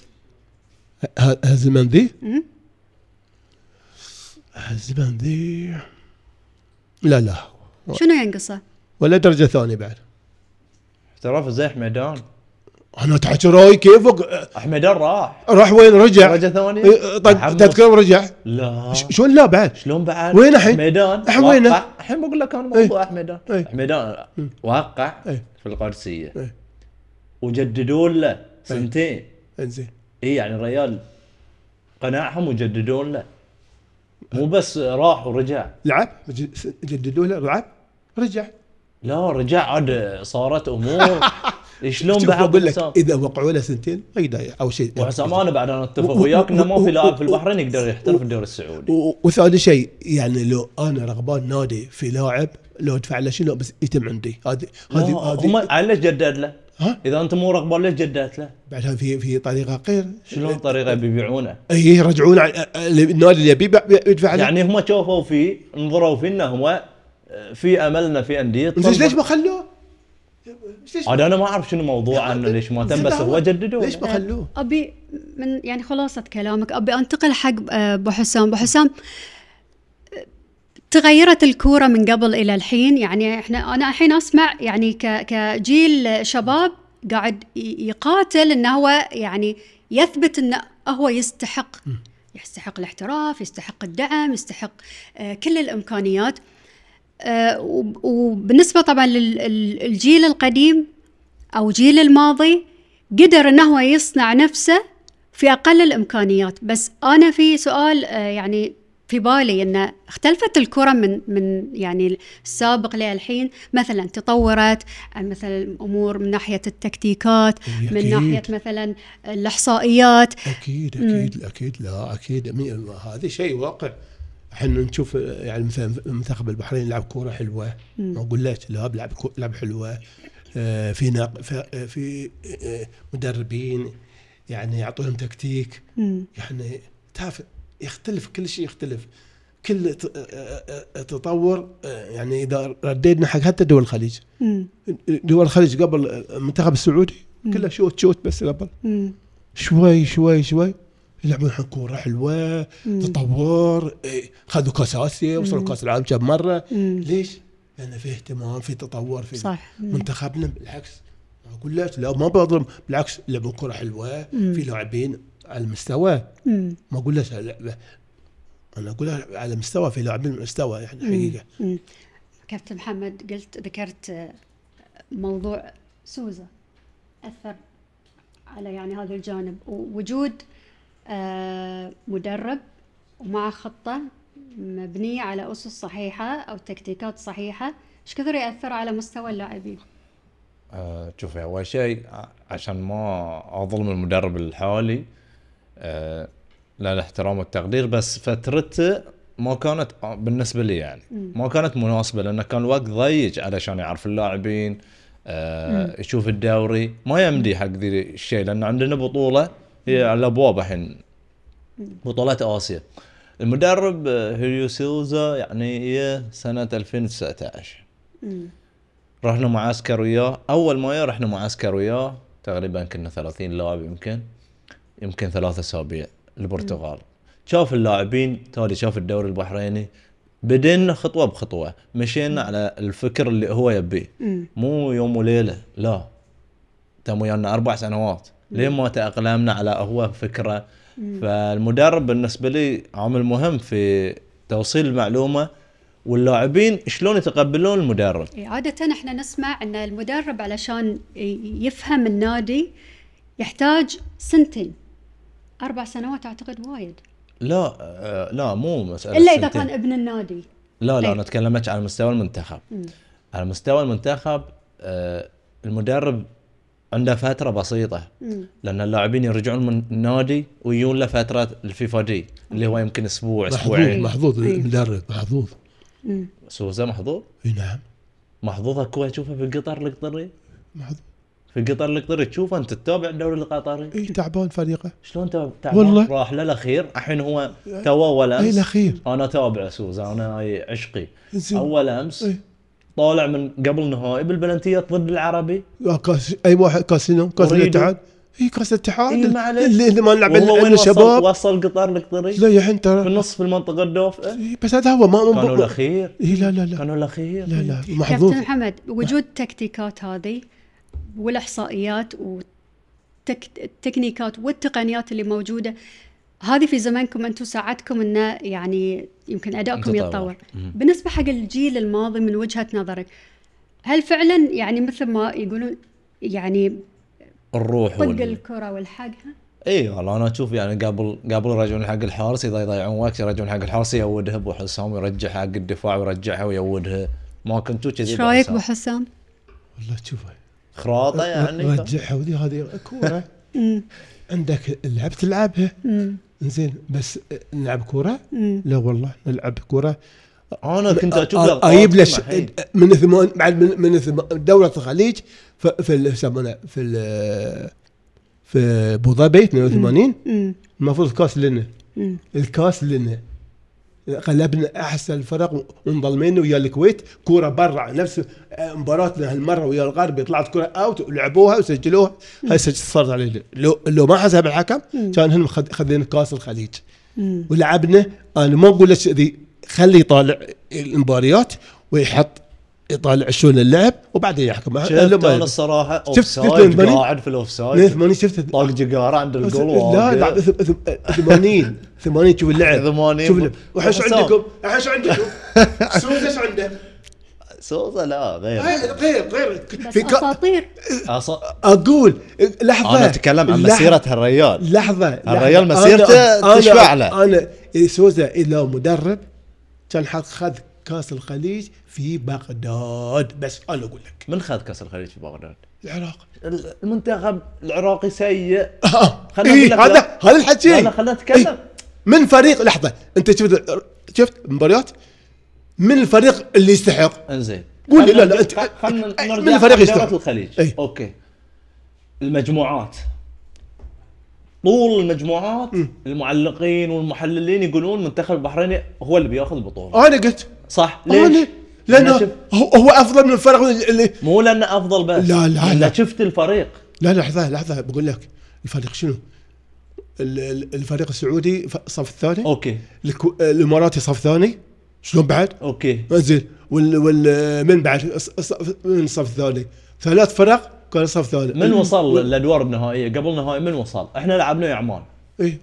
ه- هالزمن ذي
مم.
هالزمن ذي لا لا
شنو ينقصه؟
ولا درجه ثانيه بعد
احتراف زي حميدان
انا تحكي راي كيفك أه،
حميدان راح
راح وين رجع
درجة ثانية؟
إيه، طق
محمد.
تذكره ورجع
لا
ش- شلون لا بعد
شلون بعد
وين الحين؟
حميدان
الحين وينه؟
وقع. الحين بقول لك انا موضوع حميدان
إيه.
حميدان وقع
إيه.
في القادسيه
إيه.
وجددوا له سنتين
انزين
اي يعني الريال قناعهم وجددون له مو بس راح ورجع
لعب ج- جددوا له لعب رجع
لا رجع عاد صارت امور شلون
شوف
بعد
اقول لك
حسام
اذا وقعوا له سنتين ما يضيع او شيء
وحسام انا بعد انا اتفق
و- و-
وياك انه ما
و-
في لاعب في
و-
البحرين يقدر يحترف
و-
الدوري السعودي
و- وثاني شيء يعني لو انا رغبان نادي في لاعب لو ادفع له شنو بس يتم عندي هذه
لا،
هذه
هم
هذه
على ليش جدد له؟
ها
اذا انت مو رغبان ليش جددت له؟
بعدها في في طريقه غير
شلون طريقه بيبيعونه؟
اي يرجعون على أ- أ- النادي اللي يبي بع- يدفع له
يعني هم شافوا فيه نظروا فيه انه هو في املنا في انديه
زين ليش
طلبة.
ما خلوه؟ ليش
عاد انا ما اعرف شنو موضوع عنه ليش ما تم بس هو جددوه إيه.
ليش ما خلوه؟
ابي من يعني خلاصه كلامك ابي انتقل حق آه، ابو حسام، ابو حسام آه، تغيرت الكوره من قبل الى الحين يعني احنا انا الحين اسمع يعني ك- كجيل شباب قاعد ي- يقاتل انه هو يعني يثبت انه هو يستحق يستحق الاحتراف، يستحق الدعم، يستحق آه، كل الامكانيات. آه، وب- وبالنسبه طبعا للجيل القديم او جيل الماضي قدر انه هو يصنع نفسه في اقل الامكانيات بس انا في سؤال آه، يعني في بالي ان اختلفت الكره من من يعني السابق للحين مثلا تطورت آه، مثلا الامور من ناحيه التكتيكات من
أكيد.
ناحيه مثلا الاحصائيات
اكيد اكيد اكيد لا اكيد مي- هذا شيء واقع احنا نشوف آه، يعني مثلا منتخب البحرين يلعب كوره حلوه ما اقول لك لا بلعب كو- لعب حلوه آه، في ناق في, آه، في آه، مدربين يعني يعطونهم تكتيك
مم.
يعني تعرف يختلف كل شيء يختلف كل ت- آه، تطور يعني اذا رددنا حق حتى دول الخليج
مم.
دول الخليج قبل آه، المنتخب السعودي
مم.
كله شوت شوت بس قبل
مم.
شوي شوي شوي يلعبون الحين كوره حلوه
مم.
تطور إيه، خذوا كاس اسيا وصلوا
مم.
كاس العالم كم مره
مم.
ليش؟ لان في اهتمام في تطور في
صح. مم.
منتخبنا بالعكس اقول لك لا ما بظلم بالعكس لعبوا كره حلوه
مم.
في لاعبين على المستوى
مم.
ما اقول لك لعبه انا اقول لك على مستوى في لاعبين مستوى يعني حقيقه
مم. كابتن محمد قلت ذكرت آه، موضوع سوزا اثر على يعني هذا الجانب ووجود آه، مدرب ومع خطه مبنيه على اسس صحيحه او تكتيكات صحيحه ايش كثر ياثر على مستوى اللاعبين
آه، شوفي اول شيء ع- عشان ما اظلم المدرب اللي حولي آه، لا الاحترام والتقدير بس فترته ما كانت آه، بالنسبه لي يعني ما كانت مناسبه لانه كان الوقت ضيق علشان يعرف اللاعبين آه، يشوف الدوري ما يمدي حق ذي الشيء لان عندنا بطوله هي على الابواب الحين بطولات اسيا المدرب آه، هيريو سيلزا يعني هي سنه 2019
مم.
رحنا معسكر وياه اول ما يا رحنا معسكر وياه تقريبا كنا 30 لاعب يمكن يمكن ثلاثة اسابيع البرتغال شاف اللاعبين تالي شاف الدوري البحريني بدينا خطوه بخطوه مشينا على الفكر اللي هو يبيه
مم.
مو يوم وليله لا تم ويانا اربع سنوات لين ما تاقلمنا على هو فكره فالمدرب بالنسبه لي عامل مهم في توصيل المعلومه واللاعبين شلون يتقبلون المدرب
إي، إيه، عادة احنا نسمع ان المدرب علشان ي- يفهم النادي يحتاج سنتين اربع سنوات اعتقد وايد
لا آه، لا مو مسألة
الا اذا
سنتين.
كان ابن النادي
لا لا
إيه.
أنا تكلمت على مستوى المنتخب على مستوى المنتخب آه، المدرب عنده فترة بسيطة
مم.
لأن اللاعبين يرجعون من النادي ويجون له فترة الفيفا دي اللي هو يمكن أسبوع
محظوظ
أسبوعين
محظوظ
إيه.
المدرب محظوظ
مم.
سوزا محظوظ
اي نعم
محظوظ اكو تشوفه في القطر القطري
محظوظ
في القطر القطري تشوفه أنت تتابع الدوري القطري
اي تعبان فريقه
شلون تع- تعبان
والله.
راح للأخير الحين هو توا ولا
اي
أمس
الاخير
أنا تابع سوزا أنا هاي عشقي
زين.
أول أمس
اي
طالع من قبل نهائي بالبلنتيات ضد العربي
آه، كاس اي واحد كاسينو كاس
أريده.
الاتحاد اي كاس الاتحاد
إي، معليش.
اللي, اللي ما نلعب
والله
الا
وين وصل
الشباب
وصل قطار القطري
لا يا حين
في
ترى
النص في المنطقه الدوفئه
إي، بس هذا هو ما ما-
إيه. كانوا الاخير
اي لا لا لا
كانوا الاخير
لا لا محظوظ
كابتن محمد وجود التكتيكات هذه والاحصائيات والتكنيكات والتقنيات اللي موجوده هذه في زمانكم انتم ساعدكم انه يعني يمكن ادائكم
نتطور.
يتطور.
مم.
بالنسبه حق الجيل الماضي من وجهه نظرك هل فعلا يعني مثل ما يقولون يعني
الروح
طق
وال...
الكره والحقها؟
اي والله انا اشوف يعني قبل قبل يرجعون حق الحارس اذا يضيعون وقت يرجعون حق الحارس يودها ابو حسام يرجع حق الدفاع ويرجعها ويودها ما كنتوا كذي
ايش
أبو
رايك
حسام.
ابو حسام؟
والله تشوفه
خراطه يعني
رجعها ودي هذه كوره عندك لعب تلعبها زين بس نلعب كوره لا والله نلعب آه، كوره
انا كنت اشوف
أ-
لقطات
اجيب له
مع حين.
من ثمان بعد من من ثم- دوله الخليج ف- في ال- يسمونه في ال- في ابو ظبي 82 المفروض كاس لنا الكاس لنا غلبنا احسن الفرق وانظلمين ويا الكويت كوره برا نفس مباراتنا هالمره ويا الغرب طلعت كوره اوت ولعبوها وسجلوها هسه صارت علينا لو لو ما حسب الحكم كان هم خذ- خذينا كاس الخليج ولعبنا انا ما اقول لك ذي خلي يطالع المباريات ويحط يطالع شلون اللعب وبعدين يحكم
شفت انا الصراحه اوف
شفت
سايد
البني؟
قاعد في الاوف سايد
80 إيه، شفت
طاق جقاره عند الجول
لا
واقف.
لا ثم- ثم- 80 80 شوف اللعب
80.
شوف اللعب وحش
حسام.
عندكم وحش عندكم سوز ايش عنده؟
سوزا لا غير
غير غير غير
بس
في كا-
اساطير
أص-
اقول لحظه
انا اتكلم عن
لحظة-
مسيره هالريال
لحظه
الريال
لحظة.
مسيرته
أنا- أنا-
تشفع له.
انا سوزا اذا مدرب كان حق خذ كاس الخليج في بغداد بس انا اقول لك
من خذ كاس الخليج في بغداد؟
العراق
المنتخب العراقي سيء خلنا
إيه،
أقول لك
هذا
لا.
هذا الحكي
لا، لا، خلنا نتكلم.
إيه، من فريق لحظه انت شفت شفت مباريات من الفريق اللي يستحق
انزين
قول لي،
خلنا-
لا، لا، أنت-
خ- خلنا
أي-
نرجع
من الفريق إيه.
حق
يستحق؟
دورة الخليج
أي.
اوكي المجموعات طول المجموعات المعلقين والمحللين يقولون منتخب البحريني هو اللي بياخذ البطوله
انا قلت
صح
انا
ليش؟
لانه
أنا شف-
هو, هو افضل من الفرق اللي
مو لانه افضل بس
لا، لا،
لأن
لا.
شفت الفريق
لا لحظه لحظه بقول لك الفريق شنو؟ ال- ال- الفريق السعودي ف- صف الثاني
اوكي
الكو- الاماراتي صف ثاني شلون بعد؟
اوكي
زين وال وال من بعد ص- صف- من صف الثاني ثلاث فرق كانوا صف ثاني
من وصل الادوار النهائيه قبل النهائي من وصل احنا لعبنا ويا عمان
اي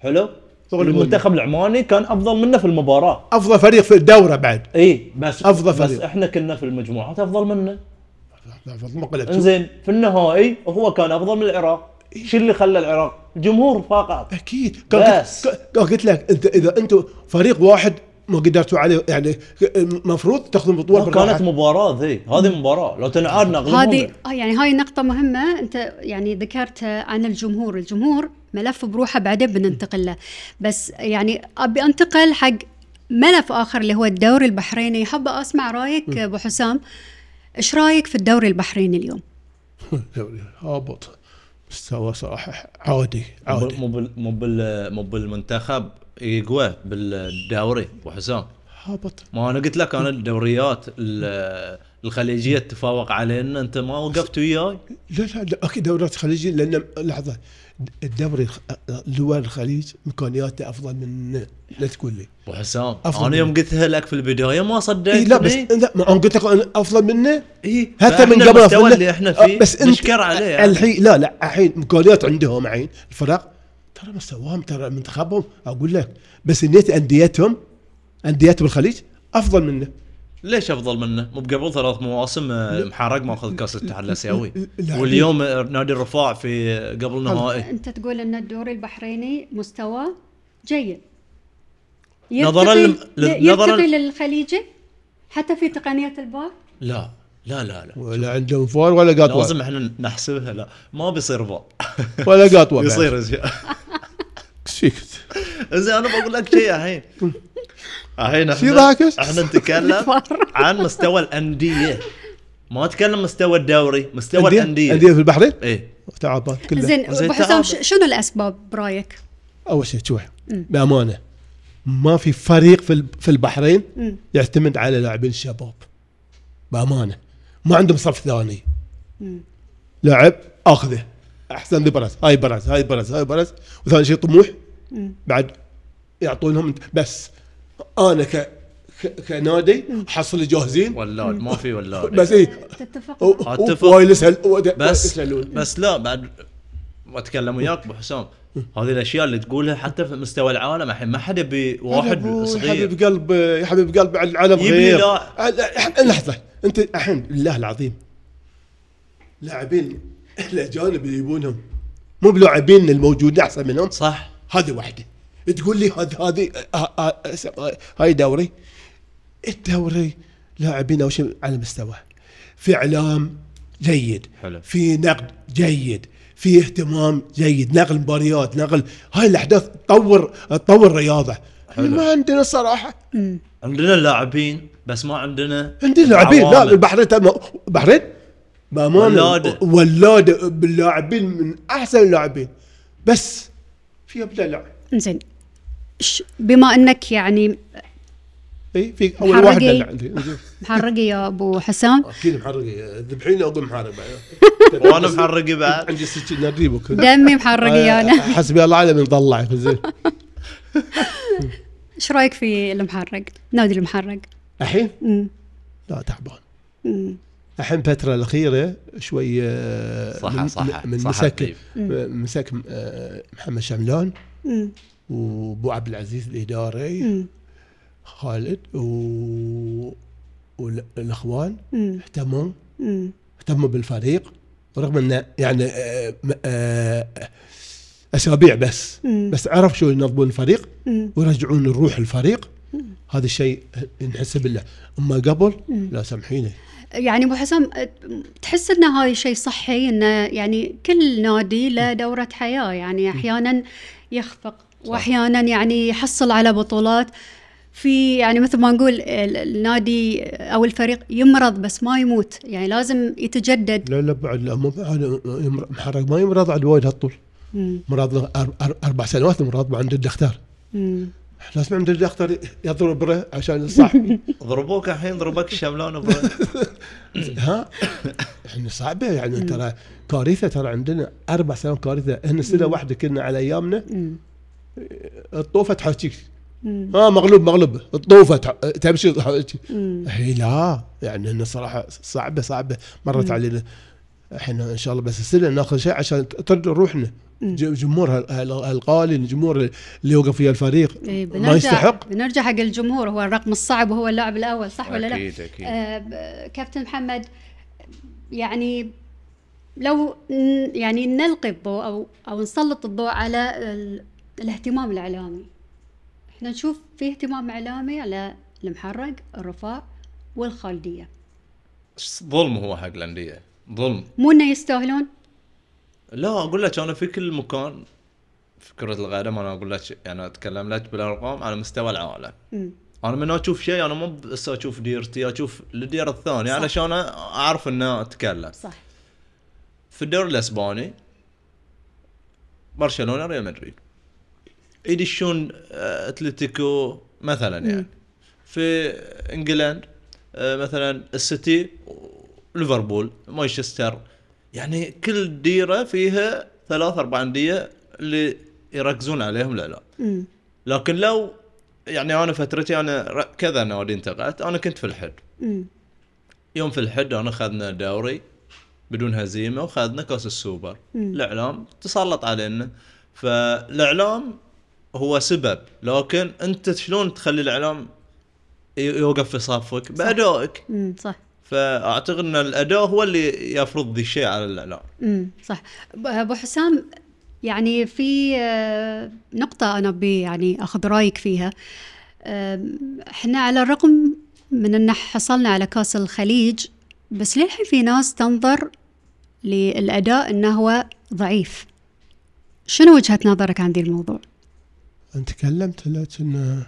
حلو
شغل
المنتخب العماني كان افضل منا في المباراه
افضل فريق في الدوره بعد
اي بس
أفضل
بس
فريق.
احنا كنا في المجموعات افضل منا
مقلب
انزين في النهائي هو كان افضل من العراق شو اللي خلى العراق الجمهور فقط
اكيد كان
بس.
قلت- كان قلت لك انت اذا انتم فريق واحد ما قدرتوا عليه يعني المفروض تاخذون بطوله
ما كانت
بالراحة.
مباراه ذي هذه مباراه لو تنعاد نغلبهم
هذه آه، يعني هاي نقطة مهمة أنت يعني ذكرتها عن الجمهور، الجمهور ملف بروحه بعدين بننتقل له، بس يعني أبي أنتقل حق ملف آخر اللي هو الدوري البحريني، حابة أسمع رأيك أبو حسام، إيش رأيك في الدوري البحريني اليوم؟
دوري هابط مستوى صراحه عادي عادي
مو بال- مو بال- مو بالمنتخب يقوى بالدوري ابو حسام
هابط
ما انا قلت لك انا الدوريات ال- الخليجيه تفوق علينا انت ما وقفت وياي
لا لا لا اكيد دوريات الخليج لان لحظه الدوري الخ- دول الخليج امكانياته افضل من لا تقول لي
ابو حسام
أفضل
انا يوم قلتها لك في البدايه ما صدقتني
إيه لا بس لا ما أنا قلت لك أنا افضل منه
إيه،
حتى من
فإحنا
قبل
المستوى
أفضل-
اللي إحنا فيه
بس انت
نشكر عليه يعني.
الحين لا لا الحين امكانيات عندهم الحين الفرق ترى مستواهم ترى منتخبهم اقول لك بس نيت انديتهم انديتهم الخليج افضل منه
ليش افضل منه؟ مو بقبل ثلاث مواسم آه، محرق ماخذ كاس الاتحاد الاسيوي
لا.
واليوم آه، نادي الرفاع في آه، قبل نهائي
أنت تقول أن الدوري البحريني مستوى جيد.
نظراً
يرتقي- ل-
لل- نظراً-
يرتقي للخليجي حتى في تقنية البار؟
لا لا لا لا
ولا عندهم فور ولا قطوه
لازم احنا نحسبها لا ما بيصير بار
ولا قطوه بعد.
بيصير اشياء
سكت
زين انا بقول لك شيء الحين الحين
شي
احنا
ضحكت؟
احنا نتكلم عن مستوى الانديه ما اتكلم مستوى الدوري مستوى
انديه
الانديه
انديه في البحرين
ايه
تعبان كله
زين
زين،
أبو حسام
تعال.
ش- شنو الأسباب برأيك؟
اول شيء شوف بامانه ما في فريق في الب- في البحرين
مم.
يعتمد على لاعبين الشباب بامانه ما عندهم صف ثاني
مم.
لاعب اخذه احسن لي برز هاي برز هاي برز هاي برز وثاني شيء طموح
مم.
بعد يعطونهم بس انا ك ك- كنادي حصل جاهزين
ولاد ما في ولاد
بس اي
تتفق معي؟
أتفق.
وايد يسال
بس
بس
بس لا بعد بتكلم وياك ابو حسام هذه الاشياء اللي تقولها حتى في مستوى العالم الحين ما حد يبي واحد
يا
صغير
حبيب قلب يا حبيب قلب على العالم
يبني
غير
لا-
لا. لحظه انت الحين بالله العظيم لاعبين الاجانب اللي يبونهم مو بلاعبين الموجودين احسن منهم
صح
هذه واحده تقول لي هذه هذه آه، ه- ه- ه- هاي دوري الدوري لاعبين اول شيء على مستوى في اعلام جيد
حلو.
في نقد جيد في اهتمام جيد نقل مباريات نقل هاي الاحداث تطور تطور الرياضه
حلو.
ما عندنا صراحه
عندنا لاعبين بس ما عندنا
عندنا لاعبين لا
عوامل.
البحرين تم- البحرين بامانه
ولاده.
ولاده باللاعبين من احسن اللاعبين بس في ابداع
زين ش- بما انك يعني
اي إيه، في اول واحد
محرقين.
دلع عندي
محرقي يا ابو حسام
اكيد محرق ذبحيني اقول محرق بعد
وانا محرقي بعد
عندي سكين اجيبك
دمي محرقي انا
آه، حسبي الله على من طلعك زين
ايش رايك في المحرق نادي المحرق
الحين
أمم.
لا تعبان
أمم.
الحين الفترة الأخيرة شوي آه،
صح-
من,
صح-
من
صح
مسك
حبيب.
مسك آه، محمد شملان
أمم.
وابو عبد العزيز الإداري
أمم.
خالد و... والإخوان
أمم.
اهتموا
أمم.
اهتموا بالفريق رغم انه يعني آه، م- آه، اسابيع بس
مم.
بس عرف شو ينظمون الفريق
أمم.
ويرجعون الروح الفريق هذا الشيء نحسب له اما قبل لا سامحيني
يعني ابو حسام أ- تحس ان هاي شيء صحي انه يعني كل نادي له دوره حياه يعني احيانا يخفق واحيانا يعني يحصل على بطولات في يعني مثل ما نقول ال- النادي او الفريق يمرض بس ما يموت يعني لازم يتجدد
لا لا بعد لا مو بعد- يمر- محرق ما يمرض على وايد هالطول
مم.
مراضنا أر- أر- اربع سنوات مراضنا عند الدختر
مم.
لازم عند الدختر يضرب ره عشان صح
ضربوك الحين ضربك الشملون
ها احنا صعبه يعني ترى كارثه ترى عندنا اربع سنوات كارثه احنا سنه واحده كنا على ايامنا
مم.
الطوفه تحاكيك
مم.
ها مغلوب مغلوب الطوفه تح- تمشي تحاكيك
مم.
هي لا يعني انه صراحه صعبه صعبه مرت علينا احنا ان شاء الله بس السنه ناخذ شيء عشان ترجع روحنا
مم.
ج- جمهور هال- هال- القالي الجمهور اللي وقف ويا الفريق
إيه،
ما يستحق
بنرجع حق الجمهور هو الرقم الصعب وهو اللاعب الاول صح ولا لا؟
اكيد اكيد
آه، ب- كابتن محمد يعني لو ن- يعني نلقي الضوء او او نسلط الضوء على ال- الاهتمام الاعلامي احنا نشوف في اهتمام اعلامي على المحرق الرفاع والخالديه
ظلم هو حق الانديه ظلم
مو انه يستاهلون
لا اقول لك انا في كل مكان في كرة القدم انا اقول لك انا اتكلم لك بالارقام على مستوى العالم
مم.
انا من اشوف شيء انا مو بس اشوف ديرتي اشوف الدير الثاني
صح.
علشان اعرف انه اتكلم
صح
في الدوري الاسباني برشلونه ريال مدريد يدشون آه، اتلتيكو مثلا يعني في انجلند آه، مثلا السيتي ليفربول مانشستر يعني كل ديره فيها ثلاث اربع انديه اللي يركزون عليهم الاعلام
مم.
لكن لو يعني انا فترتي انا ر- كذا نوادي انتقلت انا كنت في الحد
مم.
يوم في الحد انا اخذنا دوري بدون هزيمه واخذنا كاس السوبر
مم.
الاعلام تسلط علينا فالاعلام هو سبب لكن انت شلون تخلي الاعلام ي- يوقف في صفك بادائك
مم. صح
فاعتقد ان الاداء هو اللي يفرض ذي الشيء على الاعلام
امم صح ب- ابو حسام يعني في آه، نقطة أنا بي يعني أخذ رأيك فيها آم، إحنا على الرغم من أن حصلنا على كأس الخليج بس للحين في ناس تنظر للأداء أنه هو ضعيف شنو وجهة نظرك عن ذي الموضوع؟
انت تكلمت لك ان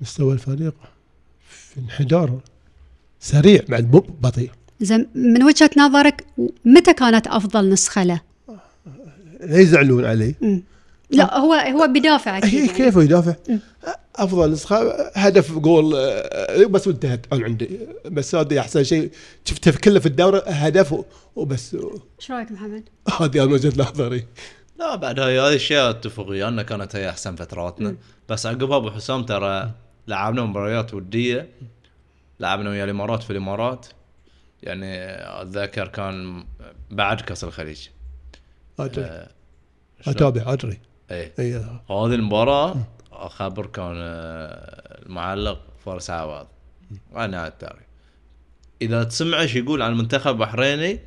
مستوى الفريق في انحدار سريع بعد مو بطيء
زين من وجهة نظرك متى كانت أفضل نسخة له؟
لا يزعلون علي
مم. لا هو هو بدافع أكيد
هي
يعني.
كيف يدافع
أمم.
افضل نسخه هدف جول آه، بس وانتهت انا عندي بس هذا احسن شيء شفته في كله في الدوري هدف وبس
إيش رأيك محمد؟
هذه انا وجهه نظري
لا بعد هاي هاي الشيء اتفق ويانا كانت هي احسن فتراتنا بس عقبها ابو حسام ترى لعبنا مباريات وديه لعبنا ويا الامارات في الامارات يعني اتذكر كان بعد كاس الخليج
أدري.
آه،
إيه.
شلون؟
اتابع ادري
اي
اي
هذه المباراه اخبر كان آه، المعلق فارس عواد انا التاري اذا تسمع ايش يقول عن المنتخب البحريني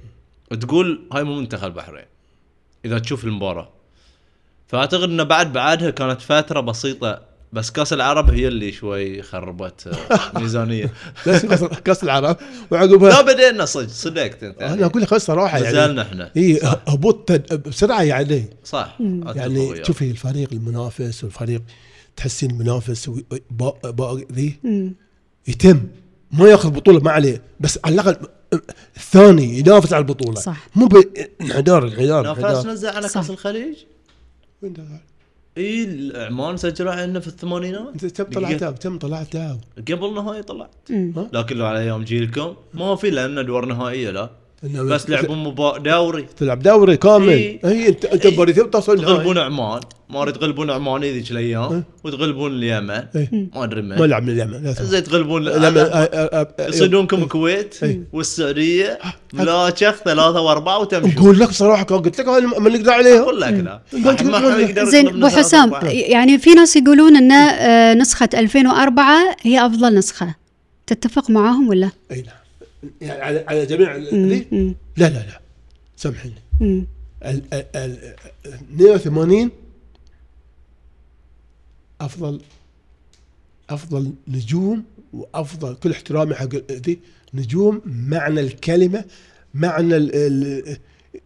تقول هاي مو منتخب البحرين اذا تشوف المباراه فاعتقد انه بعد بعدها كانت فتره بسيطه بس كاس العرب هي اللي شوي خربت آه، ميزانيه
بس كاس- كاس العرب
لا
وعقبها
بدينا صدق صدقت انت
انا اقول لك صراحه يعني
زالنا احنا
اي هبوط تد- بسرعه يعني
صح
مم.
أتفق
يعني
وياك.
شوفي الفريق المنافس والفريق تحسين المنافس و- با- با- ذي
مم.
يتم ما ياخذ بطوله ما عليه بس على الاقل الثاني ينافس على البطوله
صح.
مو بانحدار انحدار
نافاس
انحدار
نزل على
صح.
كاس الخليج
وين دخل؟
اي العمان سجلوا عندنا في الثمانينات
انت كم طلعت داو؟ كم طلعت داو؟
قبل نهائي طلع
مم.
ها؟
لكن لو على ايام جيلكم ما في لان ادوار نهائيه لا
إنه
بس لعبوا مبا... دوري
تلعب دوري كامل
إي.
اي انت انت
إي.
مباريتين بتصل
تغلبون
نهائي.
عمان ماري تغلبون عمان ذيك الايام وتغلبون اليمن
إي.
ما ادري
إيه. ما
من
لعب من اليمن لا إيه. تلعب.
زي تغلبون
اليمن آه،
العالم.
آ- آ- آ-
يصيدونكم الكويت والسعوديه ملاكخ ثلاثه واربعه وتمشون
اقول لك صراحه قلت لك هاي ما نقدر عليها
اقول لك لا
ما تقول-
ما حد يقدر يطلب
زين
منه
ابو
ثلاثة
حسام
وأربعة.
يعني في ناس يقولون ان آه، نسخه 2004 هي افضل نسخه تتفق معاهم ولا؟
اي نعم يعني على على جميع ذي
مم.
لا لا لا سامحيني
مم.
ال ال ال 82 افضل افضل نجوم وافضل كل احترامي حق ذي نجوم معنى الكلمه معنى ال ال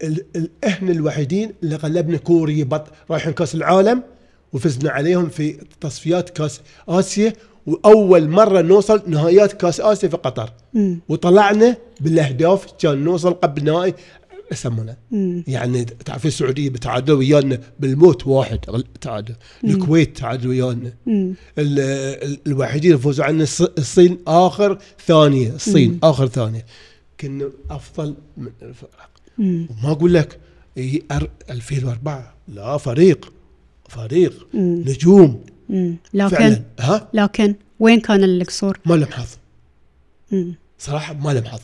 ال ال احنا الوحيدين اللي غلبنا كوريا بط رايحين كاس العالم وفزنا عليهم في تصفيات كاس اسيا واول مره نوصل نهائيات كاس اسيا في قطر
مم.
وطلعنا بالاهداف كان نوصل قبل نهائي يسمونه
مم.
يعني تعرفين السعوديه بتعادل ويانا بالموت واحد غل- تعادل الكويت تعادل ويانا
مم.
ال- ال- الوحيدين اللي فوزوا عنا الص- الصين اخر ثانيه الصين
مم.
اخر ثانيه كنا افضل من الفرق
مم.
وما اقول لك إي أر- 2004 لا فريق فريق
مم.
نجوم
مم.
فعلا
لكن
ها
لكن وين كان القصور؟
ما لهم حظ
مم.
صراحه ما لهم حظ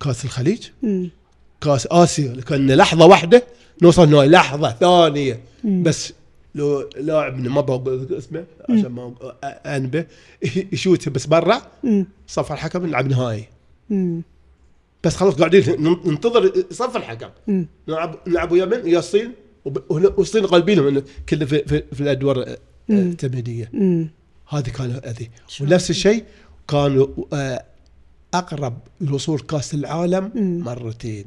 كاس الخليج
مم.
كاس اسيا كان لحظه واحده نوصل نهائي لحظه ثانيه
مم.
بس لو لاعبنا ما بقول اسمه عشان ما أ- انبه يشوت بس برا
مم.
صف الحكم نلعب نهائي
مم.
بس خلاص قاعدين نن- ننتظر صف الحكم
مم.
نلعب نلعب ويا من؟ يا الصين وب- وهنا- والصين قلبينهم إنه كله في, في, في الادوار آه،
مم.
التمهيديه
مم.
هذه كان هذه
شو
ونفس الشيء كانوا آه، اقرب لوصول كاس العالم
مم.
مرتين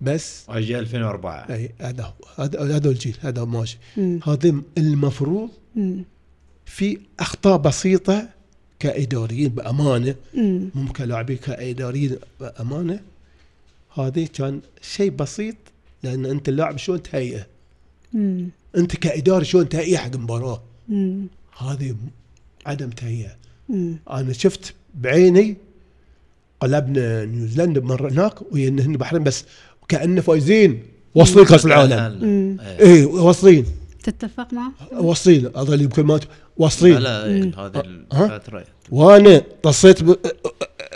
بس
اجي 2004
اي هذا هو هذا هذا هو الجيل هذا هو ماشي
مم.
هذا المفروض
مم.
في اخطاء بسيطه كاداريين بامانه
مم.
ممكن لاعبين كاداريين بامانه هذه كان شيء بسيط لان انت اللاعب شلون تهيئه
مم.
انت كاداري شلون تهيئه حق مباراه
مم.
هذه م- عدم تهيئه
مم.
انا شفت بعيني قلبنا نيوزيلندا مره هناك ويا إن هن البحرين بس كانه فايزين واصلين كاس العالم
مم.
إيه.
اي واصلين
تتفق معه؟
واصلين اظل يمكن ما واصلين
لا إيه، هذه ال-
ها؟
كانت رأي.
وانا اتصلت ب-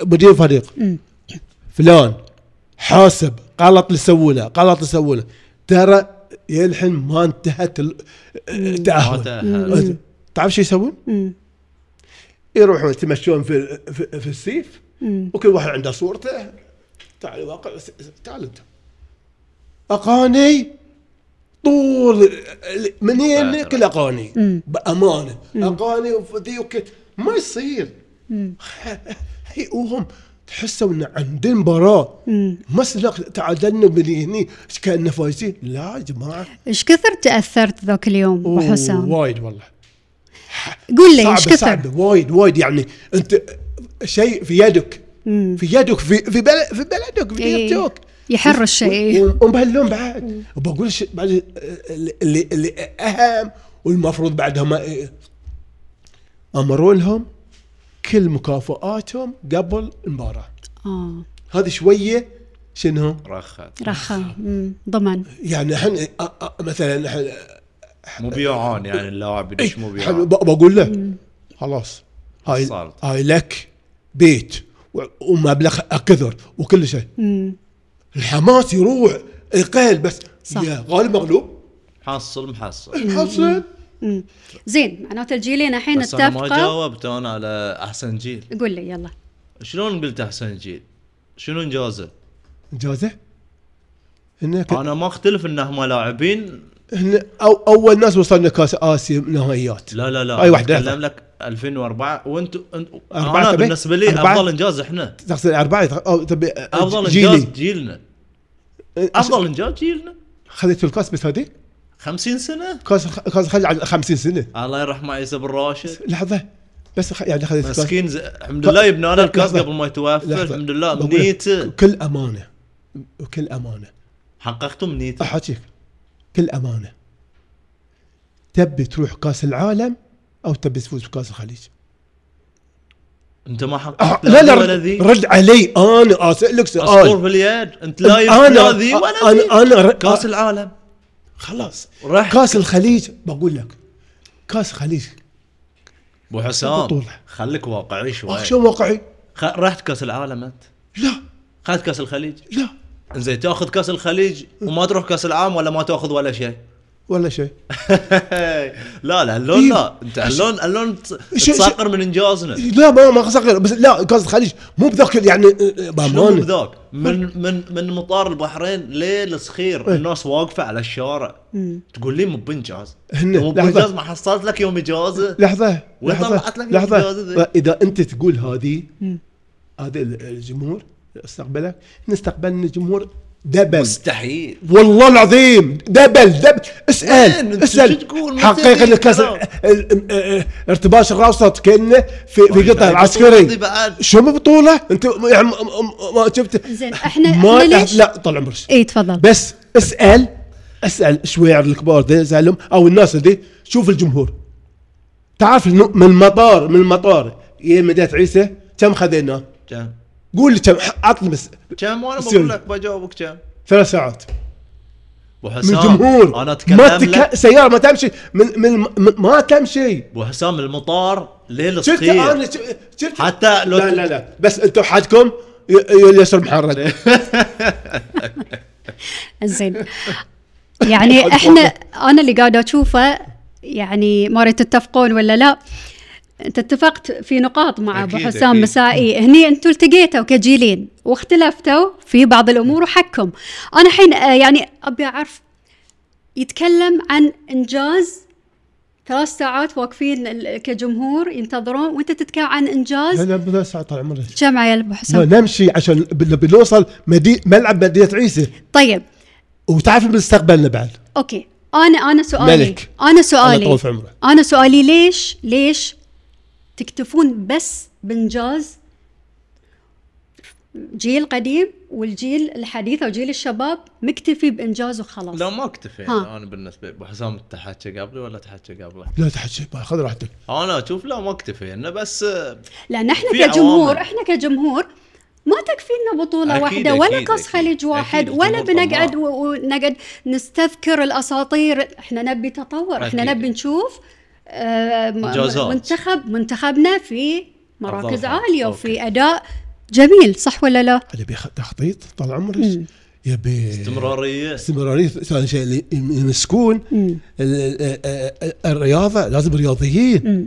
مدير فريق
مم.
فلان حاسب غلط اللي سووله غلط اللي سووله ترى يلحن ما انتهت ال-
ما
التاهل
تأهل.
تعرف شو يسوون؟
مم.
يروحون يتمشون في في, في السيف
مم.
وكل واحد عنده صورته تعال واقع س- س- تعال انت اغاني طول ال- منين
لا،
كل اغاني بامانه اغاني وذي وكل ما يصير
مم.
هي وهم تحسوا ان عندنا مباراه
مم.
بس لا تعادلنا من هني إيش كاننا فايزين لا يا جماعه
ايش كثر تاثرت ذاك اليوم ابو
أوه،
حسام؟
وايد والله
قول لي ايش
صعبه
كثر؟
صعبه وايد وايد يعني انت شيء في يدك
مم.
في يدك في في بلد في بلدك في
إيه.
يدك
يحر الشيء
و- ومبهلون بعد وبقول ش... بعد اللي- اللي اللي اهم والمفروض بعدهم إيه، امروا لهم كل مكافئاتهم قبل المباراه
اه
هذه شويه شنو
رخت
رخا مم. ضمن
يعني احنا أ- أ- مثلا احنا
مو بيوعون يعني اللاعب يدش مو
إيه، حلو،
بيوعون
ب- بقول له خلاص هاي
صارت.
هاي لك بيت و- ومبلغ كثر وكل شيء
مم.
الحماس يروح يقل بس
صح.
يا غالب مغلوب
حصل محصل
حصل
مم. زين معناته الجيلين الحين
بس انا ما
اتفقوا
جاوبت انا على احسن جيل
قول لي يلا
شلون قلت احسن جيل؟ شنو انجازه؟
جوزه هناك
انا ما اختلف ان هم لاعبين
هن أو اول ناس وصلنا كاس اسيا نهائيات
لا لا لا
أي واحدة؟
اتكلم لك 2004 وانتم انت
أربعة
انا
تبي؟
بالنسبه لي
أربعة؟
افضل انجاز احنا
تقصد اربعه او تبي
افضل انجاز
جيلي
جيلنا
افضل
افضل انجاز جيلنا
خذيتوا الكاس بس هذيك
50 سنه
كاس كاس خلي على 50 سنه
الله يرحمه عيسى بن راشد
لحظه بس خ- يعني خذيت الكاس
مسكين ز- الحمد لله يبنى له الكاس
لحظة.
قبل ما يتوفى
لحظة.
الحمد لله
بقول لك،
امنيته
كل امانه كل امانه
حققت امنيته
احكيك كل امانه تبي تروح كاس العالم او تبي تفوز بكاس الخليج
انت ما
أح-
حققت
أه، لا لا
ولا
رد,
ذي
رد علي انا اسالك
اسطور
سؤال
في اليد انت لا
انا
يبنى ذي ولا ذي
انا انا ر-
كاس العالم
خلاص
راح
كاس الخليج بقول لك كاس الخليج
ابو حسام
بطولة.
خليك واقعي شوي
أخ، شو واقعي
خ... رحت كاس العالم انت
لا
خذ كاس الخليج
لا
زين تاخذ كاس الخليج وما تروح كاس العالم ولا ما تاخذ ولا شيء
ولا شيء
لا لا اللون لا
إيه.
انت اللون اللون تص-
شو-
تصقر من انجازنا
لا ما ما صغير بس لا كاس الخليج مو بذاك يعني آه، آه،
شلون
بامانه
بذاك من من من مطار البحرين
إيه.
للصخير الناس واقفه على الشارع تقول لي مو بانجاز
هن-
مو
لحظة.
بانجاز ما حصلت لك يوم اجازه
لحظة
وين طلعت
لحظة
لك الإجازة
لحظة
ذي؟
إذا أنت تقول هذه
مم.
هذا ال- الجمهور استقبلك نستقبل الجمهور دبل
مستحيل
والله العظيم دبل دبل
وين؟
اسال
أنت
اسال
شو تقول؟ ما
حقيقه
تدري
الكاس
كلام.
ال- ال- ارتباط الاوسط كانه في في قطع
يعني
العسكري
بطولة بعد.
شو ما بطوله انت م- يعني م- م- ما شفت
زين، إحنا-
ما
إحنا ليش؟
لا طال عمرك
اي إيه، تفضل
بس اسال اسال الشويعر الكبار دي اسالهم او الناس دي شوف الجمهور تعرف إنه من المطار من المطار الى مدينه عيسى كم خذينا؟
كم
قول لي كم عطني بس
كم وانا
سوري.
بقول لك بجاوبك كم
ثلاث ساعات
ابو
من
حسام
الجمهور
انا اتكلم
ما
لك
تك... سياره ما تمشي من من من- ما تمشي
ابو حسام المطار ليل
شفت انا
صغير
ش- شفت
حتى لو
لا لا لا بس انتم حدكم ي- ي- اليسر محرر
زين يعني احنا انا اللي قاعده اشوفه يعني ما ادري تتفقون ولا لا انت اتفقت في نقاط مع ابو
أكيد،
حسام
أكيد.
مسائي هني انتوا التقيتوا كجيلين واختلفتوا في بعض الامور وحكم انا الحين آه، يعني ابي اعرف يتكلم عن انجاز ثلاث ساعات واقفين ال- كجمهور ينتظرون وانت تتكلم عن انجاز
انا بلا ساعه طال عمرك
كم عيال ابو
لا،
حسام
نمشي عشان بن- بنوصل مدي... ملعب مدينه عيسى
طيب
وتعرف مستقبلنا بعد
اوكي انا انا سؤالي
ملك.
انا
الله
سؤالي
يطول في عمره
انا سؤالي ليش ليش تكتفون بس بانجاز جيل قديم والجيل الحديث او جيل الشباب مكتفي بانجاز وخلاص
لا ما اكتفي
ها.
انا بالنسبه لي ابو حسام تحكى قبلي ولا تحكى قبله
لا تحكي بقى، خذ راحتك
انا اشوف لا ما اكتفي انه بس آه،
لان احنا
في
كجمهور
عوامل.
احنا كجمهور ما تكفينا بطوله
أكيد،
واحده
أكيد،
ولا كاس
أكيد.
خليج واحد
أكيد،
ولا
الجمهور
بنقعد
طماع.
و- ونقعد نستذكر الاساطير احنا نبي تطور احنا
أكيد.
نبي نشوف آه، م-
إنجازات.
منتخب منتخبنا في مراكز
أفضل.
عاليه
أوكي.
وفي اداء جميل صح ولا لا؟
اللي بيخ- تخطيط طال
مم.
عمرك يبي
استمراريه
استمراريه ثاني شيء اللي يمسكون
مم.
ال- ال- ال- الرياضه لازم رياضيين
مم.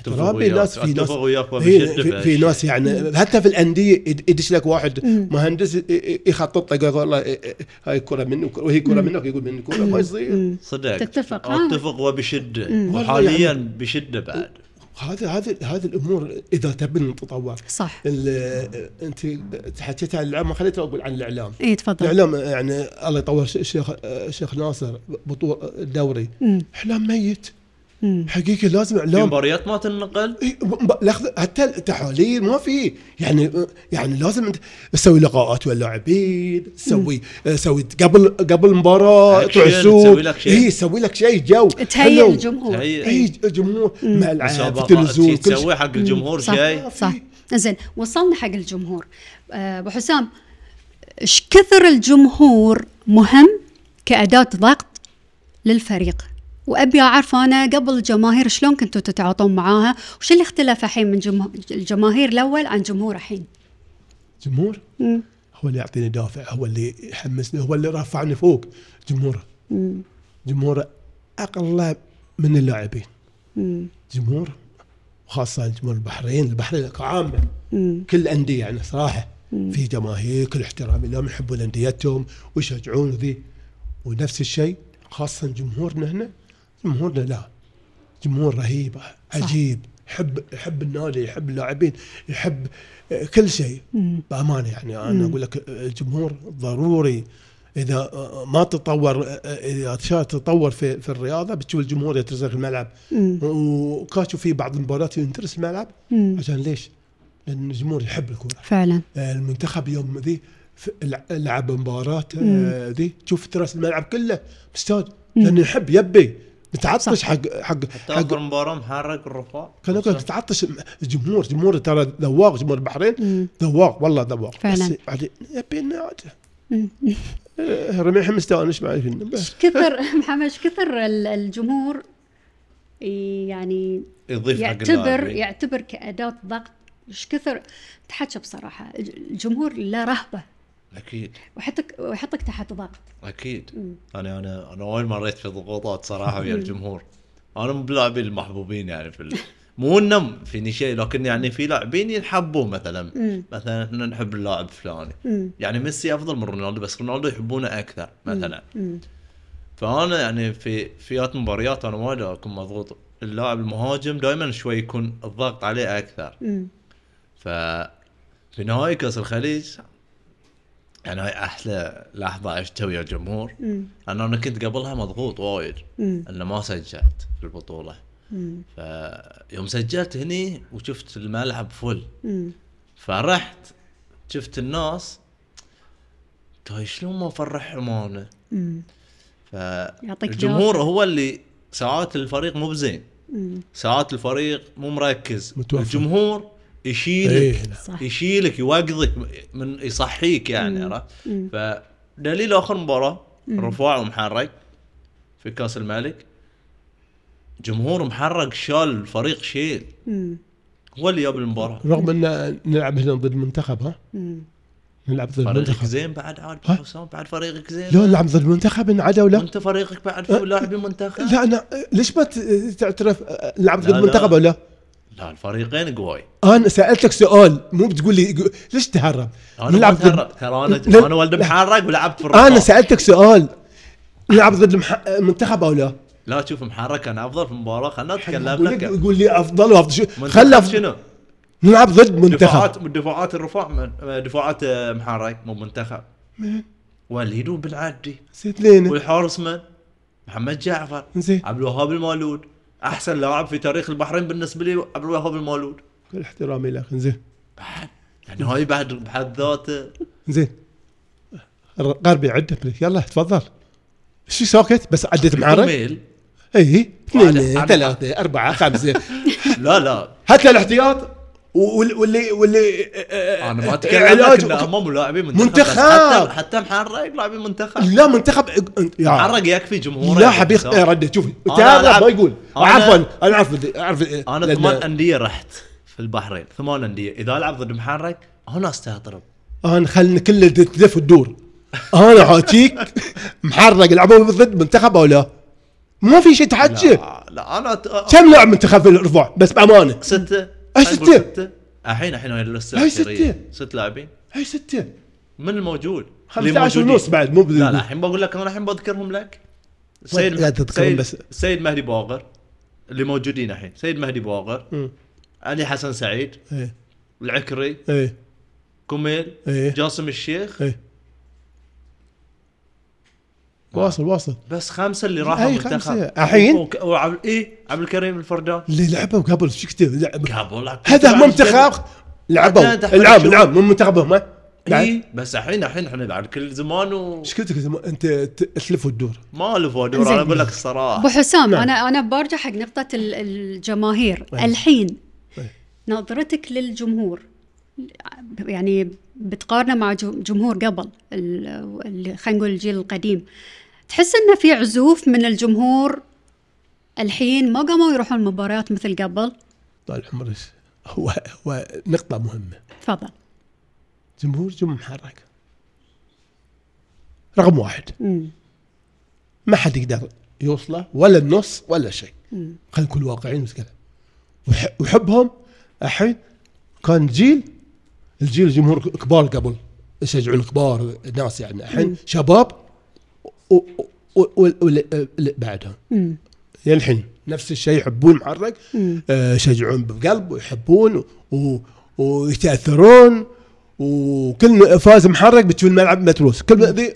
اتفق
ربي
وياك
ناس في ناس
اتفق وياك
إيه،
وبشده
في, في ناس يعني حتى في الانديه يد- يدش لك واحد
مم.
مهندس ي- ي- يخطط لك يقول والله إيه، إيه، هاي كره منه وهي كره منك يقول مني كره ما يصير
مم.
صدق
تتفق، ها.
اتفق وبشده
مم.
وحاليا
يعني.
بشده بعد
هذه هذه هذه الامور اذا تبي تتطور
صح
ال- انت حكيت عن الاعلام ما خليتني اقول عن الاعلام
اي إيه، تفضل
الاعلام يعني الله يطول ش- الشيخ الشيخ ناصر بطوله الدوري
مم.
اعلام ميت
مم.
حقيقه لازم
في
اعلام
مباريات ما تنقل
إيه، ب- ب- لحظة، حتى التحاليل ما في يعني يعني لازم انت تسوي لقاءات ويا اللاعبين تسوي تسوي قبل قبل مباراه
أكشن، تسوي لك شيء.
اي تسوي لك شيء جو
تهيئ
حلو.
الجمهور
تهيئ.
اي جمهور مع العاب تلفزيون
مسابقات
كل شيء
تسوي حق الجمهور
صح
شيء
صح زين وصلنا حق الجمهور آه، ابو حسام ايش كثر الجمهور مهم كاداه ضغط للفريق وابي اعرف انا قبل الجماهير شلون كنتوا تتعاطون معاها وش اللي اختلف الحين من جمه... الجماهير الاول عن جمهور الحين
جمهور
مم.
هو اللي يعطيني دافع هو اللي يحمسني هو اللي رفعني فوق جمهوره
مم.
جمهوره اقل من اللاعبين
مم.
جمهور وخاصه جمهور البحرين البحرين كعامه
مم.
كل الانديه يعني صراحه في جماهير كل احترام لهم يحبون انديتهم ويشجعون ذي ونفس الشيء خاصه جمهورنا هنا جمهورنا لا جمهور رهيب عجيب يحب يحب النادي يحب اللاعبين يحب آه، كل شيء بامانه يعني انا اقول لك آه، الجمهور ضروري اذا آه، ما تطور آه، اذا صار تطور في في الرياضه بتشوف الجمهور يترسخ الملعب
مم.
وكاشوا في بعض المباريات ينترس الملعب
مم.
عشان ليش؟ لان الجمهور يحب الكوره
فعلا
آه، المنتخب يوم ذي ف- لع- لعب مباراه آه،
مم.
ذي تشوف تراس الملعب كله مستاد لانه يحب يبي
صح.
متعطش حق حق حق
تاخر مباراه محرك الرفاع
كان يقول لك تعطش الجمهور جمهور ترى ذواق جمهور البحرين ذواق والله ذواق
فعلا.
بس بعدين يبي لنا عاد
مم.
آه، رميح مستانس معي
ايش كثر محمد ايش كثر ال- الجمهور يعني
يضيف حق
يعتبر
اللاعبين.
يعتبر كأداة ضغط ايش كثر تحكى بصراحة الج- الجمهور له رهبة
اكيد
ويحطك ويحطك تحت ضغط
اكيد انا انا انا يعني وايد مريت في ضغوطات صراحه ويا الجمهور انا من بلاعبين المحبوبين يعني في ال- مو انهم فيني شيء لكن يعني في لاعبين ينحبون مثلا
مم.
مثلا احنا نحب اللاعب فلاني
مم.
يعني ميسي افضل من رونالدو بس رونالدو يحبونه اكثر مثلا
مم.
فانا يعني في فيات مباريات انا وايد اكون مضغوط اللاعب المهاجم دائما شوي يكون الضغط عليه اكثر
مم.
ف في نهائي كاس الخليج يعني هاي احلى لحظه عشتها ويا الجمهور لان انا كنت قبلها مضغوط وايد
مم.
انه ما سجلت في البطوله فيوم سجلت هني وشفت الملعب فل
مم.
فرحت شفت الناس تاي شلون ما نفرح عمانه
مم. يعطيك
فالجمهور هو اللي ساعات الفريق مو بزين
مم.
ساعات الفريق مو مركز
متوفر.
الجمهور يشيلك
ايه لا.
صح
يشيلك يوقظك من يصحيك يعني عرفت
مم.
فدليل اخر مباراه رفاع ومحرق في كاس الملك جمهور محرق شال الفريق شيل
مم.
هو اللي جاب المباراه
رغم ان نلعب هنا ضد المنتخب ها
مم.
نلعب ضد
فريقك
المنتخب
زين بعد عاد
ها؟
حسام بعد فريقك زين
لا نلعب ضد المنتخب انعدى ولا
انت فريقك بعد فيه لاعبين منتخب
لا انا ليش ما ت- تعترف أه، نلعب ضد
لا، لا.
المنتخب ولا
لا الفريقين قواي
انا سالتك سؤال مو بتقول لي قو- ليش تهرب
انا ما تهرب ترى
لا.
انا انا ولد محرق ولعبت في
انا
الرقم
سالتك سؤال نلعب ضد المح- المنتخب او لا؟
لا شوف محرق كان افضل في المباراه خلنا نتكلم
يقول لك-
لك
يقول لي افضل وافضل شو
منتخب
خلى أف-
شنو؟
نلعب ضد منتخب
دفاعات دفاعات الرفاع من- دفاعات آه، محرك مو منتخب
مين؟
والهدوء بالعدي
نسيت لين
والحارس من محمد جعفر
زين
عبد الوهاب المولود احسن لاعب في تاريخ البحرين بالنسبه لي عبد الوهاب المولود
كل احترامي لك زين
يعني هاي بعد آه، بحد ذاته
زين غربي عده بليك يلا تفضل شو ساكت بس عدت معارك
ميل
اي
عدد-
اثنين
عدد.
ثلاثة أربعة خمسة
لا لا
هات له الاحتياط و- وال- واللي واللي آه،
انا ما اتكلم
علاج
لك انه
وك-
امام لاعبين منتخب
منتخب!
بس حتى حتى محرك لاعبين منتخب
لا منتخب يا
محرك يكفي جمهوره
لا
يعني.
حبيخ رد شوف
أنا
تعال
ألعب-
ما يقول
أنا-
عفوا انا اعرف اعرف
انا
لأن-
ثمان انديه رحت في البحرين ثمان انديه اذا العب ضد محرك هنا استهطرب
انا آه، خلنا كل تلف وتدور انا حاكيك محرق لعبوا ضد منتخب او لا ما في شيء تحكي
لا, لا انا ت...
كم لاعب منتخب في الرفاع بس بامانه
ستة
أي
خلينا نقول
ستة؟
الحين الحين هاي الستة
أي
الأخيرية.
ستة؟
ست لاعبين
هاي سته
من الموجود اللي
15
موجودين.
ونص بعد مو بذي-
لا لا الحين بقول لك انا الحين بذكرهم لك سيد
لا تذكرهم
سيد-
بس.
سيد مهدي باغر اللي موجودين الحين سيد مهدي باغر
مم.
علي حسن سعيد
ايه
العكري
ايه
كوميل
إيه.
جاسم الشيخ
ايه واصل واصل
بس خمسه اللي راحوا
أي
منتخب
خمسة. الحين؟
وك- وعبد ايه عبد الكريم الفردان
اللي لعبوا قبل شو كتب لعب-
قبل
هذا مو منتخب لعبوا
لا، تحت
العاب
شو؟
العاب مو منتخبهم ها؟ بعد.
اي إيه، بس الحين الحين احنا بعد كل زمان
ايش كنت كنت- انت ت- تلف وتدور
وما له فودور
زين.
انا اقول لك
ابو
الصراحه
حسام
نعم.
انا انا برجع حق نقطه ال- الجماهير
أيه.
الحين
أيه.
نظرتك للجمهور يعني بتقارنه مع جو- جمهور قبل ال- ال- خلينا نقول الجيل القديم تحس انه في عزوف من الجمهور الحين ما قاموا يروحون المباريات مثل قبل
طال عمرك طيب، هو هو نقطه مهمه
تفضل
جمهور جم محرك رقم واحد
مم.
ما حد يقدر يوصله ولا النص ولا شيء خلينا نكون واقعيين ونتكلم وح- وحبهم الحين كان جيل الجيل جمهور كبار قبل يشجعون كبار ناس يعني الحين شباب و- و- و- واللي اللي بعدهم
مم.
للحين نفس الشيء يحبون محرك
مم.
آه، يشجعون بقلب ويحبون و... ويتاثرون وكل فاز محرك بتشوف الملعب متروس كل ذي آه،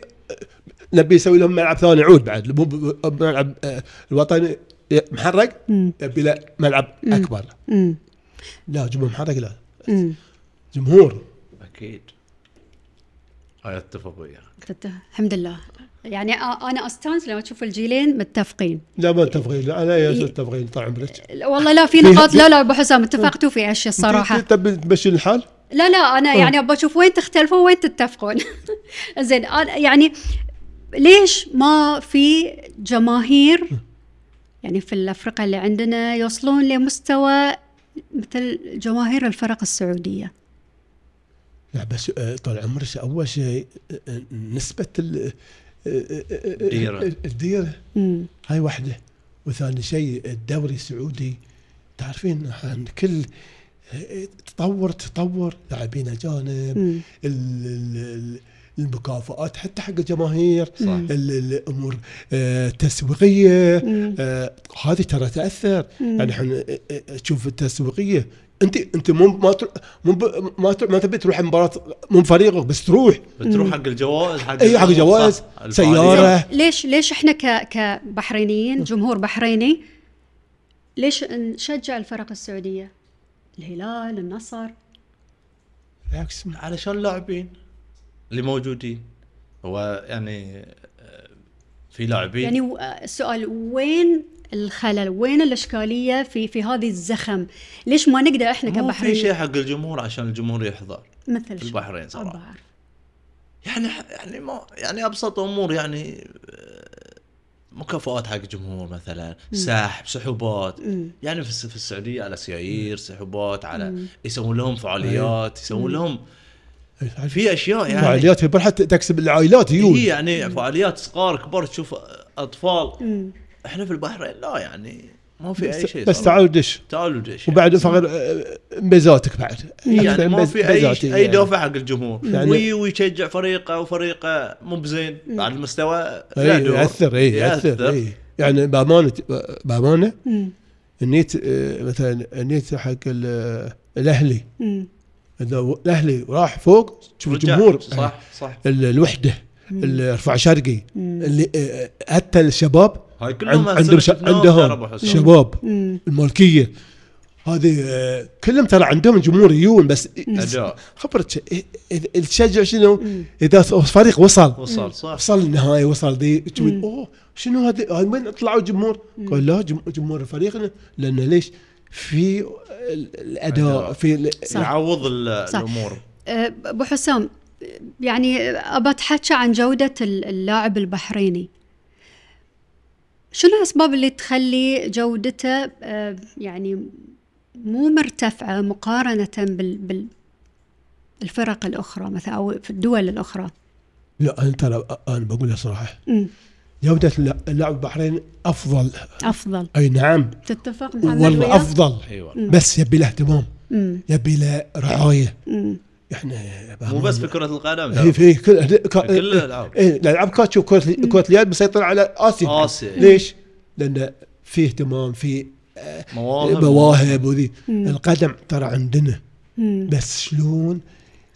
نبي يسوي لهم ملعب ثاني عود بعد مو ب- ملعب آه، الوطني محرك
مم.
يبي له ملعب اكبر
مم.
لا جمهور محرك لا
مم.
جمهور
اكيد هاي اتفق وياك
تت- الحمد لله يعني أ- انا استانس لما اشوف الجيلين متفقين
لا ما تبغين لا انا يا تبغين طال عمرك
لا، والله لا في نقاط لا لا ابو حسام اتفقتوا في اشياء الصراحه
أنت تبي تمشي الحال
لا لا انا يعني ابغى اشوف وين تختلفون وين تتفقون زين أنا يعني ليش ما في جماهير يعني في الافرقه اللي عندنا يوصلون لمستوى مثل جماهير الفرق السعوديه
لا بس آه، طال عمرك اول شيء آه، آه، نسبه ال- آه، آه، آه، آه،
الديرة.
الديره
امم
هاي واحده وثاني شيء الدوري السعودي تعرفين عن كل آه، تطور تطور لاعبين اجانب
مم.
ال- ال- ال- المكافآت حتى حق الجماهير
صح.
ال- ال- الامور آه، التسويقيه
مم.
أه. آه، هذه ترى تاثر يعني احنا آه، آه، تشوف التسويقيه انت انت مو ما تر... مو ب... ما تر... ما تبي تروح مباراه مو بفريقك بس تروح
بتروح حق الجوائز حق
اي حق جوائز
صح، الفعالية.
سياره
ليش ليش احنا ك كبحرينيين جمهور بحريني ليش نشجع الفرق السعوديه؟ الهلال، النصر،
بالعكس
علشان اللاعبين اللي موجودين هو يعني آه، في لاعبين
يعني و- السؤال وين الخلل؟ وين الاشكاليه في في هذه الزخم؟ ليش ما نقدر احنا
مو في شيء
كبحرينيين
حق الجمهور عشان الجمهور يحضر
مثل
في
شو؟
البحرين صراحة.
أبا أعرف.
يعني يعني ما يعني ابسط امور يعني آه، مكافآت حق جمهور مثلا سحب سحوبات
مم.
يعني في الس- في السعوديه على سيايير سحوبات على يسوون لهم فعاليات يسوون لهم في اشياء يعني
أيوه. فعاليات في البحر حتى تكسب العائلات يجون
هي يعني فعاليات صغار كبار تشوف اطفال
مم.
احنا في البحرين لا يعني ما في اي
بس,
شيء
بس
صراحة.
تعال دش
تعالوا دش
وبعد فقر آه، ميزاتك بعد
يعني
أكثر
ما
ميز-
في اي
ميزاتي
شيء اي
يعني.
دافع حق الجمهور
يعني-
وي ويشجع فريقه وفريقه مو بزين على المستوى لا
اي
دور.
ياثر اي ياثر اي يعني بامانه بامانه
مم.
نيت آه، مثلا نيت حق ال- الاهلي
مم.
اذا الاهلي راح فوق شوف
رجع.
الجمهور
صح صح
ال- الوحده ال- رفع شرقي
مم.
اللي آه، حتى الشباب
هاي كلهم
عند- عندهم ش-
شفناهم ترى أبو
عندهم
حسام.
شباب
مم.
المالكيه هذه آه، كلهم ترى عندهم جمهوريون بس
أداء.
خبرتك إيه- إذا إذا تشجع شنو اذا فريق وصل
وصل صح
وصل النهائي وصل ذي تقول اوه شنو هذا هاي وين طلعوا جمهور؟ قال لا جم- جمهور فريقنا لان ليش؟ في ال- الاداء
أداء.
في ال-
صح.
يعوض ال-
صح.
الامور
أه، ابو حسام يعني ابى اتحكى عن جوده ال- اللاعب البحريني شنو الاسباب اللي تخلي جودته أه، يعني مو مرتفعه مقارنه بال, بال الفرق الاخرى مثلا او في الدول الاخرى
لا انا ترى آه، انا بقولها صراحه
أمم،
جوده الل- اللاعب البحرين افضل
افضل
اي نعم
تتفق محمد
والله
وياه؟
افضل
اي
أيوة.
والله
بس يبي له اهتمام
أمم،
يبي له رعايه
أمم،
احنا
مو بس في كره القدم
هي
ترى.
في كل كا-
كل الألعاب.
إيه، الالعاب كانت تشوف كره كره اليد مسيطره على اسيا
آسيا.
ليش؟ لان في اهتمام في
مواهب
مواهب وذي
مم.
القدم ترى عندنا
أمم،
بس شلون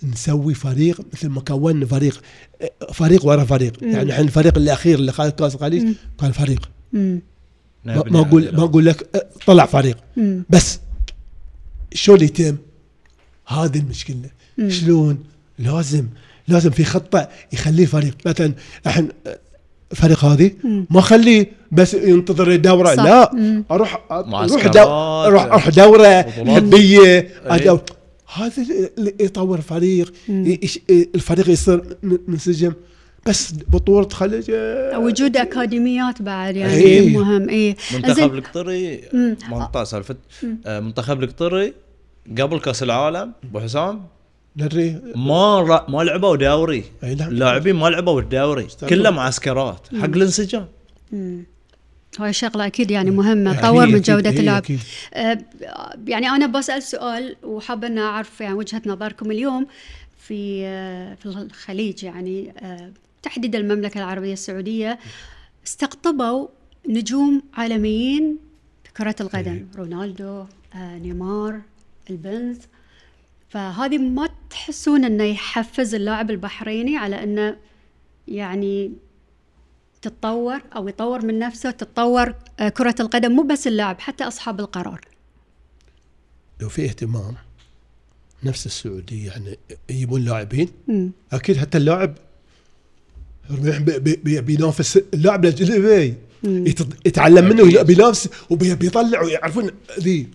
نسوي فريق مثل ما كونا فريق فريق ورا فريق يعني احنا الفريق الاخير اللي خد كاس الخليج كان فريق
أمم،
ما
نبني
ما اقول
عليها.
ما اقول لك اه، طلع فريق
أمم.
بس شو اللي يتم؟ هذه المشكله شلون؟ لازم لازم في خطه يخليه فريق مثلا احنا اه، فريق هذه ما خليه بس ينتظر الدوره
صح.
لا
مم.
اروح اروح
معسكرات.
دو... اروح اروح دوره
بطولات.
حبيه أدو... هذا اللي يطور فريق ي- يش- الفريق يصير م- منسجم بس بطوله خليج اه،
وجود اكاديميات بعد يعني
إيه.
مهم اي
منتخب القطري منطقه سالفه آه، منتخب القطري قبل كاس العالم ابو حسام
نري
ما را... ما لعبوا دوري
أي نعم.
اللاعبين ما لعبوا الدوري كله معسكرات حق الانسجام
هاي شغلة أكيد يعني مهمة تطور من
إيه. أكيد،
جودة
هي
اللعب
أكيد.
آه، يعني أنا بسأل سؤال وحابة أن أعرف يعني وجهة نظركم اليوم في آه، في الخليج يعني آه، تحديدا المملكة العربية السعودية استقطبوا نجوم عالميين في كرة
إيه.
القدم رونالدو آه، نيمار البنز فهذه ما تحسون انه يحفز اللاعب البحريني على انه يعني تتطور او يطور من نفسه تتطور آه، كرة القدم مو بس اللاعب حتى اصحاب القرار.
لو في اهتمام نفس السعوديه يعني يجيبون لاعبين
امم
اكيد حتى اللاعب ربيح بي- بي- بي- بينافس اللاعب الاجنبي يت- يتعلم منه ولا بينافس وبيطلع ويعرفون ذي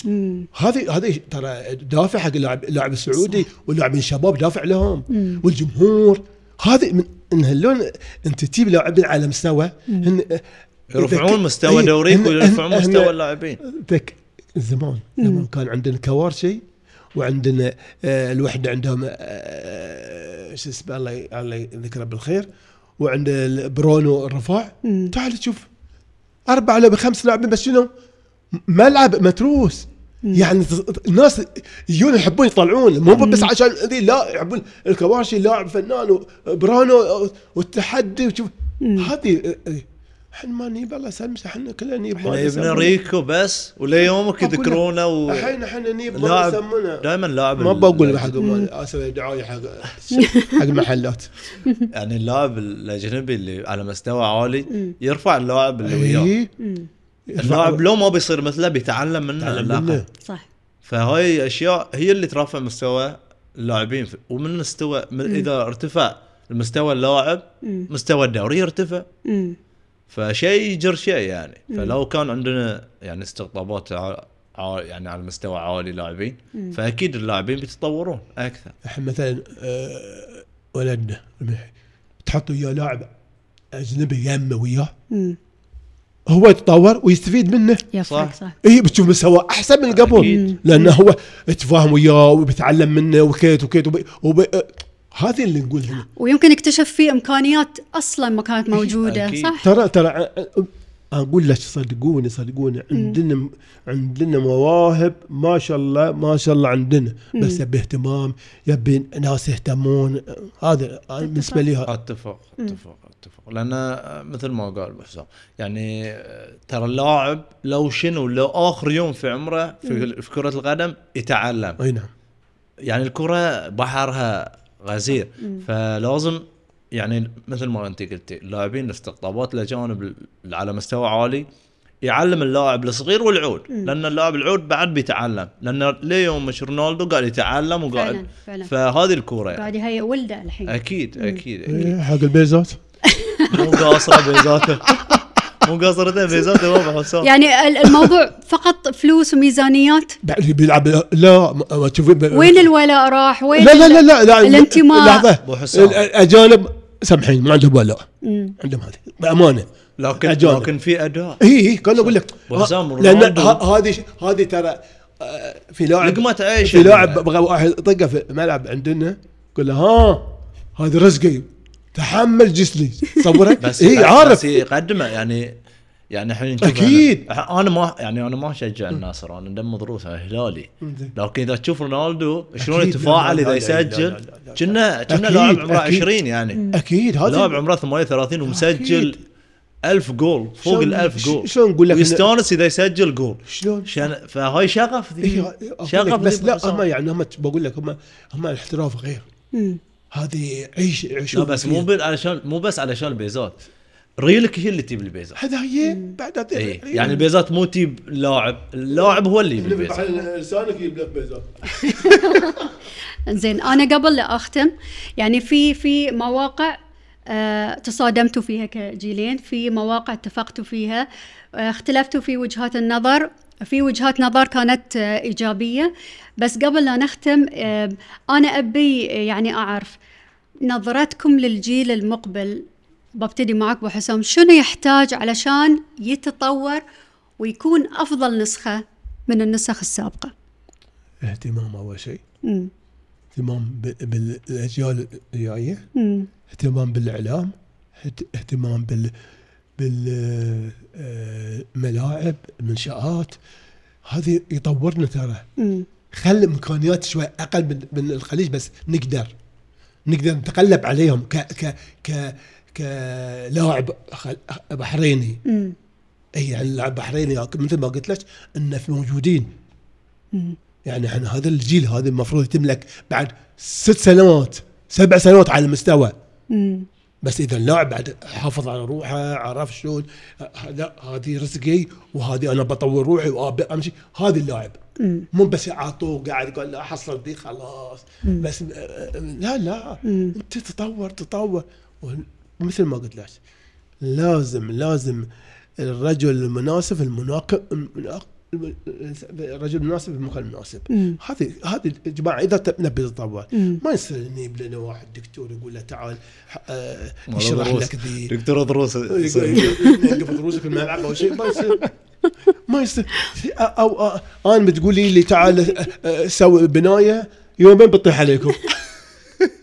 هذه هذه ترى دافع حق اللاعب اللاعب السعودي واللاعبين الشباب دافع لهم والجمهور هذه من ان هاللون انت تجيب لاعبين على مستوى هن
يرفعون
يذك-
مستوى
إيه،
دوريك
هن-
ويرفعون
هن-
مستوى اللاعبين
ذك زمان زمان كان عندنا كوارشي وعندنا آه، الوحده عندهم آه، شو اسمه الله ي- الله يذكره بالخير وعندنا ال- برونو الرفاع تعال شوف اربع لعب خمس لاعبين بس شنو؟ م- ملعب متروس يعني ت- ت- الناس يجون يحبون يطلعون مو بس عشان ذي لا يحبون الكواشي لاعب فنان وبرانو والتحدي وشوف هذه آه، آه، احنا ما نجيب الله سلمسه احنا كلنا نجيب ما
احنا جبنا
يسمونه.
ريكو بس وليومك
أقول لك،
يذكرونه و
الحين احنا نجيب ما
لاعب
يسمونه
دائما لاعب
ما
ال-
بقول حق اسوي دعايه حق حق محلات
يعني اللاعب الاجنبي اللي على مستوى عالي يرفع اللاعب اللي وياه
إيه.
أمم،
اللاعب لو ما بيصير مثله بيتعلم منه
تعلم
اللاعب
منه.
صح
فهاي اشياء هي اللي ترفع مستوى اللاعبين ف- ومن مستوى
إيه.
من اذا ارتفع مستوى اللاعب
أمم،
مستوى الدوري يرتفع
أمم،
فشيء يجر شيء يعني
إيه.
مم.
فلو كان عندنا يعني استقطابات ع... ع... يعني على مستوى عالي لاعبين
إيه.
مم.
فاكيد اللاعبين بيتطورون اكثر
احنا مثلا آه، ولدنا المحي، تحط وياه لاعب اجنبي يمه وياه
أمم.
هو يتطور ويستفيد منه
يفرق
صح.
صح
اي بتشوف مستواه احسن من قبل
أكيد.
أمم،
لانه هو يتفاهم وياه وبيتعلم منه وكيت وكيت وبي وبي آه، هذه اللي نقول هنا
ويمكن اكتشف فيه امكانيات اصلا ما كانت موجوده
أكيد.
صح
ترى ترى آه، آه، اقول لك صدقوني صدقوني عندنا عندنا مواهب ما شاء الله ما شاء الله عندنا بس يبي اهتمام يبي ناس يهتمون آه، هذا آه، بالنسبه لي هذا.
اتفق اتفق اتفق لان آه، مثل ما قال أبو حسام يعني آه، ترى اللاعب لو شنو لو اخر يوم في عمره في, في كره القدم يتعلم
اي نعم
يعني الكره بحرها غزير فلازم يعني مثل ما انت قلتي اللاعبين الاستقطابات الاجانب ال- على مستوى عالي يعلم اللاعب الصغير والعود لان اللاعب العود بعد بيتعلم لان ليوم مش رونالدو قاعد يتعلم
فعلا
وقاعد
فعلا
فهذه الكوره يعني.
قاعد يهيئ ولده الحين
اكيد اكيد اكيد
إيه، حق البيزات
مو قاصره بيزاته مو قاصرته بيزاته هو حسام
يعني ال- الموضوع فقط فلوس وميزانيات
بعد بيلعب لا ما- ما تشوف
وين الولاء راح وين
لا لا لا لا, لا
الانتماء؟
لحظه
أبو حسام.
ال- الاجانب سامحين ما عندهم ولاء
مم.
عندهم هذه بامانه
لكن
أجانب.
لكن في اداء
اي اي كان اقول لك
أبو حسام
ه- لان
رونالدو.
ه- هذه ش- هذه ترى آه، في لاعب
لقمة عيش
في لاعب بغى واحد طقه في الملعب عندنا قل له ها هذا رزقي تحمل جسلي تصورك
بس
اي
بس
عارف
يقدمه يعني يعني احنا نشوف
أكيد.
انا انا ما يعني انا ما اشجع الناصر انا دم ضروس انا هلالي
زين.
لكن اذا تشوف رونالدو شلون
أكيد.
يتفاعل
لا، لا،
اذا
لا، لا، لا،
يسجل
لا، لا.
كنا كنا
أكيد،
لاعب عمره
أكيد.
20 يعني
اكيد
لاعب
هذا
عمره 38 ومسجل 1000 جول فوق
شلون-
ال 1000 جول
ش- شلون نقول لك إن-
ويستانس اذا يسجل جول
شلون
شان فهاي شغف
إيه،
ذي
أقول لك
شغف
بس
ذي
لا
بالإنسان.
هم يعني هم بقول لك هم هم الاحتراف غير
مم.
هذه عيش عيش
لا بس مو بال- علشان مو بس علشان البيزات ريلك هي اللي تجيب البيزات
هذا هي بعد هذا-
اي يعني البيزات مو تجيب لاعب اللاعب هو اللي يجيب
اللي
البيزات
بعد لسانك يجيب لك بيزات
زين انا قبل لا اختم يعني في في مواقع آه، تصادمتوا فيها كجيلين في مواقع اتفقتوا فيها آه، اختلفتوا في وجهات النظر في وجهات نظر كانت آه، ايجابيه بس قبل لا نختم آه، انا ابي آه، يعني اعرف نظرتكم للجيل المقبل ببتدي معك ابو حسام شنو يحتاج علشان يتطور ويكون افضل نسخه من النسخ السابقه
اهتمام اول شيء
امم
اهتمام ب- بالاجيال الجايه
امم
اهتمام بالاعلام اهت- اهتمام بال بالملاعب المنشات هذه يطورنا ترى
امم
خلي امكانيات شوي اقل من, من الخليج بس نقدر نقدر نتقلب عليهم ك ك ك كلاعب خل- بحريني
امم
اي يعني اللاعب بحريني مثل ما قلت لك انه في موجودين يعني احنا هذا الجيل هذا المفروض يتملك بعد ست سنوات سبع سنوات على المستوى
امم
بس اذا اللاعب بعد حافظ على روحه عرف شلون هذا هذه رزقي وهذه انا بطور روحي وابي امشي هذا اللاعب
مم.
مو بس يعطوه قاعد يقول لا حصل دي خلاص بس آه، لا لا
مم.
انت تطور تطور مثل ما قلت لك لازم لازم الرجل المناسب المناقب المناق- الرجل المناسب المكان المناسب
مم.
هذه هذه يا جماعه اذا ت- نبي تطور
مم.
ما يصير نجيب لنا واحد دكتور يقول له تعال ح- آه،
والله
يشرح
دروس.
لك ذي
دكتور ضروس
إيه، أيوة، يقف دروسك يعني في الملعب او شيء ما يصير ما يصير او أو- انا بتقولي لي تعال أ- أ- سوي بنايه يومين بطيح عليكم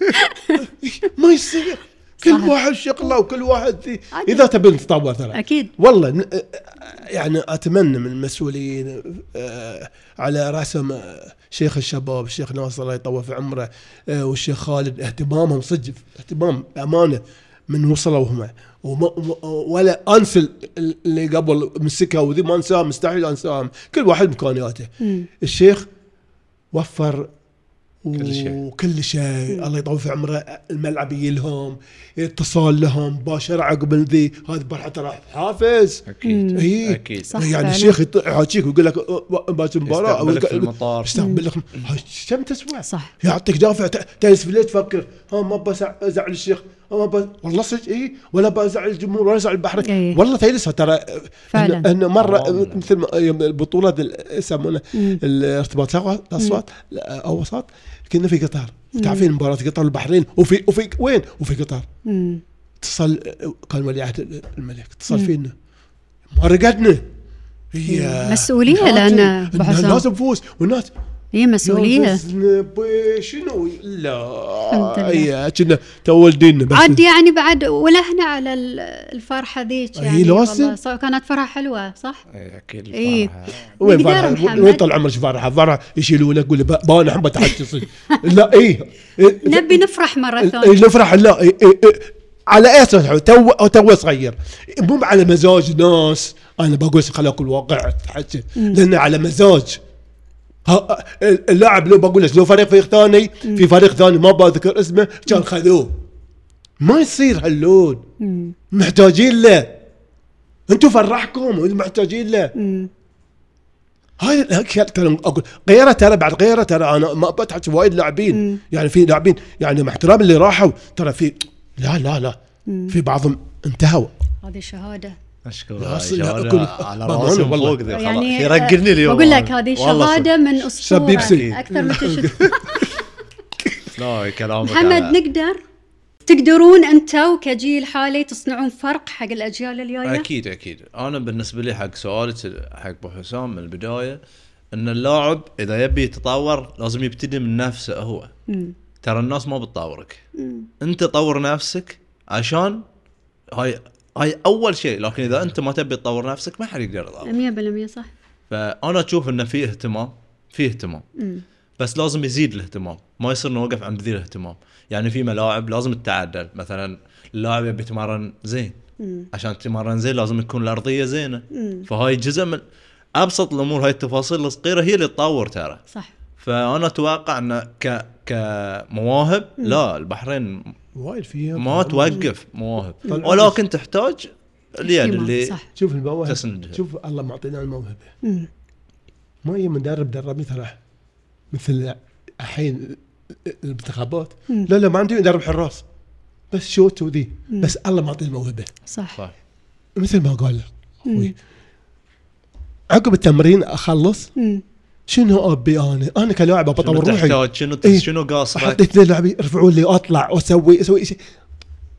ما يصير كل
صح.
واحد شغله وكل واحد ذي.
عادي.
اذا تبي تتطور ترى
اكيد
والله ن- أ- يعني اتمنى من المسؤولين أ- على راسهم أ- شيخ الشباب الشيخ آه، ناصر الله يطول في عمره أ، والشيخ خالد اهتمامهم صدق اهتمام امانه من وصلوا هم وما وما- ولا انسى ال- اللي قبل مسكها وذي ما انساها مستحيل انساها كل واحد بامكانياته
مم.
الشيخ وفر
كل شيء.
وكل شيء الله يطول في عمره الملعب يجي لهم اتصال لهم مباشره عقب ذي هذا برحة راح حافز
اكيد
مم.
إيه.
اكيد
صح
يعني
فعلاً.
الشيخ يط- يحاكيك ويقول لك أه، أه، بات المباراه
يستقبلك في
او
المطار
يستقبل لك هاي كم تسوى؟
صح
يعطيك دافع ت- تجلس في الليل تفكر ها ما بزع- ازعل الشيخ ها ما ب- والله صدق اي ولا بزعل الجمهور ولا ازعل البحرين
إيه.
والله تجلسها ترى
فعلاً.
انه مره
والله.
مثل ما يوم البطوله دل- يسمونها
مم.
الارتباط سوا- الاصوات لا، او وسط كنا في قطر تعرفين مباراه قطر والبحرين وفي وفي وين؟ وفي قطر
مم.
اتصل كان ولي عهد الملك اتصل فينا ما رقدنا يا
مسؤولية
حاجة.
لأن أبو
الناس-
حسام.
لازم نفوز والناس
هي
لو
مسؤولية
فزنا ب- شنو
الحمد
لا
لله.
اي كنا تو ديننا بس
عاد يعني بعد ولهنا على ال- الفرحة ذيك
أي
يعني
لوسن.
والله صار- كانت فرحة حلوة صح؟
إيه، اكيد
إيه.
الفرحة.
وين
مقدار
فرحة؟
محمد.
وين طال عمرك فرحه فرحه يشيلونك يقول لك بانا حبة تحجصي لا إيه. اي
نبي نفرح مرة
إي،
ثانية
إيه، نفرح لا إي، إي، إي. على اساس حلو، تو تو صغير مو على مزاج ناس انا بقول خليني اكون واقع أتحكى. لان على مزاج ها- اللاعب لو بقول لك لو فريق فريق ثاني في فريق ثاني ما بذكر اسمه كان خذوه ما يصير هاللون
مم.
محتاجين له انتم فرحكم وانتم محتاجين له
مم.
هاي الأشياء ترى اقول غيره ترى بعد غيره ترى انا ما بتحكي وايد لاعبين يعني في لاعبين يعني مع احترامي اللي راحوا ترى في لا لا لا في بعضهم انتهوا
هذه شهادة
اشكر
لا،
هاي
أصل- لا،
جوالها
أقول-
على
ما
راسي
أقول والله.
فوق ذي خلاص
يعني
يرقلني اليوم
بقول لك هذه
والله
شهادة من أسطورة
شبيب سيد.
أكثر من تشوف
صدق. لا كلامك
محمد
على-
نقدر تقدرون انتم كجيل حالي تصنعون فرق حق الاجيال الجايه
اكيد اكيد انا بالنسبه لي حق سؤالك حق ابو حسام من البدايه ان اللاعب اذا يبي يتطور لازم يبتدي من نفسه هو
مم.
ترى الناس ما بتطورك
مم.
انت طور نفسك عشان هاي هاي اول شيء لكن اذا انت ما تبي تطور نفسك ما حد يقدر يطور
100% صح
فانا اشوف انه في اهتمام في اهتمام
مم.
بس لازم يزيد الاهتمام ما يصير نوقف عند ذي الاهتمام يعني في ملاعب لازم تتعدل مثلا اللاعب يبي يتمرن زين عشان تتمرن زين لازم يكون الارضيه زينه فهاي جزء من ابسط الامور هاي التفاصيل الصغيره هي اللي تطور ترى
صح
فانا اتوقع ان ك كمواهب لا البحرين
وايد فيها
ما توقف مواهب
طلع
ولكن تحتاج
اهتمام،
اليد يعني اللي
ايوه، صح
شوف الموهبه
تسندها.
شوف الله معطينا الموهبه
مم.
ما هي مدرب دربني ترى مثل الحين الانتخابات لا لا ما عندي مدرب حراس بس شوت وذي بس الله معطي الموهبه
صح
صح
مثل ما قال اخوي عقب التمرين اخلص
مم.
شنو ابي انا؟ انا كلاعب ابى
شنو
اطور روحي
تحتاج شنو
إيه.
شنو
احط
قاصدك
اثنين لاعبين يرفعون لي اطلع واسوي اسوي شيء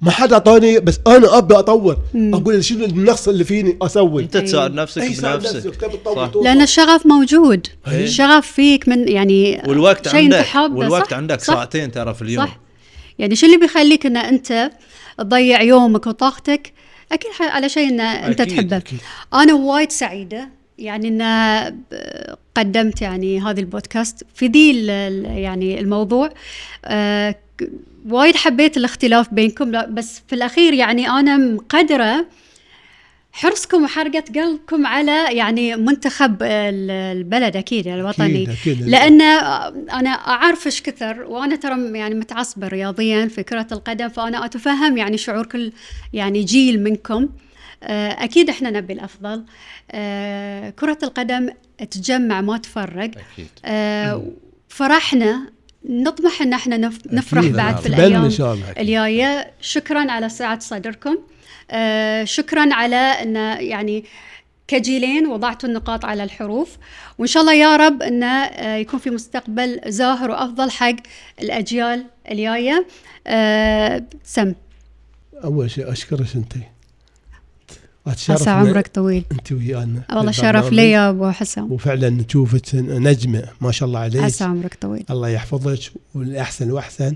ما حد اعطاني بس انا ابى اطور اقول شنو النقص اللي فيني اسوي
انت تساعد
إيه.
نفسك
أي ساعد
بنفسك
تبي تطور
صح.
توصل.
لان الشغف موجود
إيه.
الشغف فيك من يعني
والوقت
شيء
عندك
انت حابه
والوقت
صح؟
عندك
صح؟
ساعتين ترى في اليوم
صح يعني شو اللي بيخليك ان انت تضيع يومك وطاقتك اكيد ح- على شيء ان انت
أكيد،
تحبه
أكيد.
انا وايد سعيده يعني ان ب- قدمت يعني هذا البودكاست في ذي ال- ال- يعني الموضوع آه، ك- وايد حبيت الاختلاف بينكم لا- بس في الاخير يعني انا مقدره حرصكم وحرقة قلبكم على يعني منتخب ال- البلد اكيد يعني الوطني
أكيد، أكيد.
لان انا اعرف ايش كثر وانا ترى يعني متعصبه رياضيا في كره القدم فانا اتفهم يعني شعور كل يعني جيل منكم آه، اكيد احنا نبي الافضل آه، كره القدم تجمع ما تفرق
اكيد
آه، فرحنا نطمح ان احنا نف- نفرح
أكيد. نعم.
بعد في
تبلنا
الايام
ان شاء الله
الجايه شكرا على سعه صدركم آه، شكرا على ان يعني كجيلين وضعتوا النقاط على الحروف وان شاء الله يا رب ان آه، يكون في مستقبل زاهر وافضل حق الاجيال الجايه آه، سم
اول شيء اشكرك انت اتشرف
عسى
إن
عمرك طويل
انت ويانا
والله
في البرنامج.
شرف لي يا ابو حسام
وفعلا نشوفك نجمه ما شاء الله عليك
عسى عمرك طويل
الله يحفظك والاحسن واحسن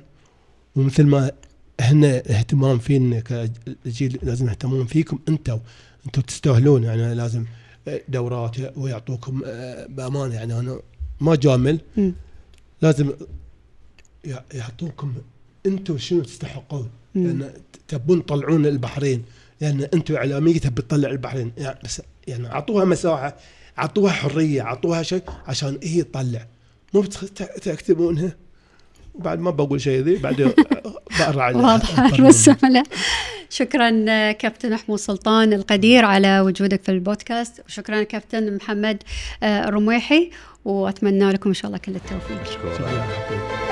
ومثل ما احنا اهتمام فينا كجيل لازم يهتمون فيكم انتم انتم تستاهلون يعني لازم دورات ويعطوكم اه، بامانه يعني انا ما جامل
مم.
لازم ي- يعطوكم انتم شنو تستحقون لان تبون تطلعون البحرين لان انتم اعلاميه تبي تطلع البحرين يعني بس يعني اعطوها مساحه اعطوها حريه اعطوها شيء عشان هي تطلع مو بتخ- ت- تكتبونها بعد ما بقول شيء ذي بعدين بقرا على
واضحة الرسالة شكرا آه، كابتن حمود سلطان القدير على وجودك في البودكاست وشكرا كابتن محمد آه، الرميحي وأتمنى لكم إن شاء الله كل التوفيق
مشكور
شكراً.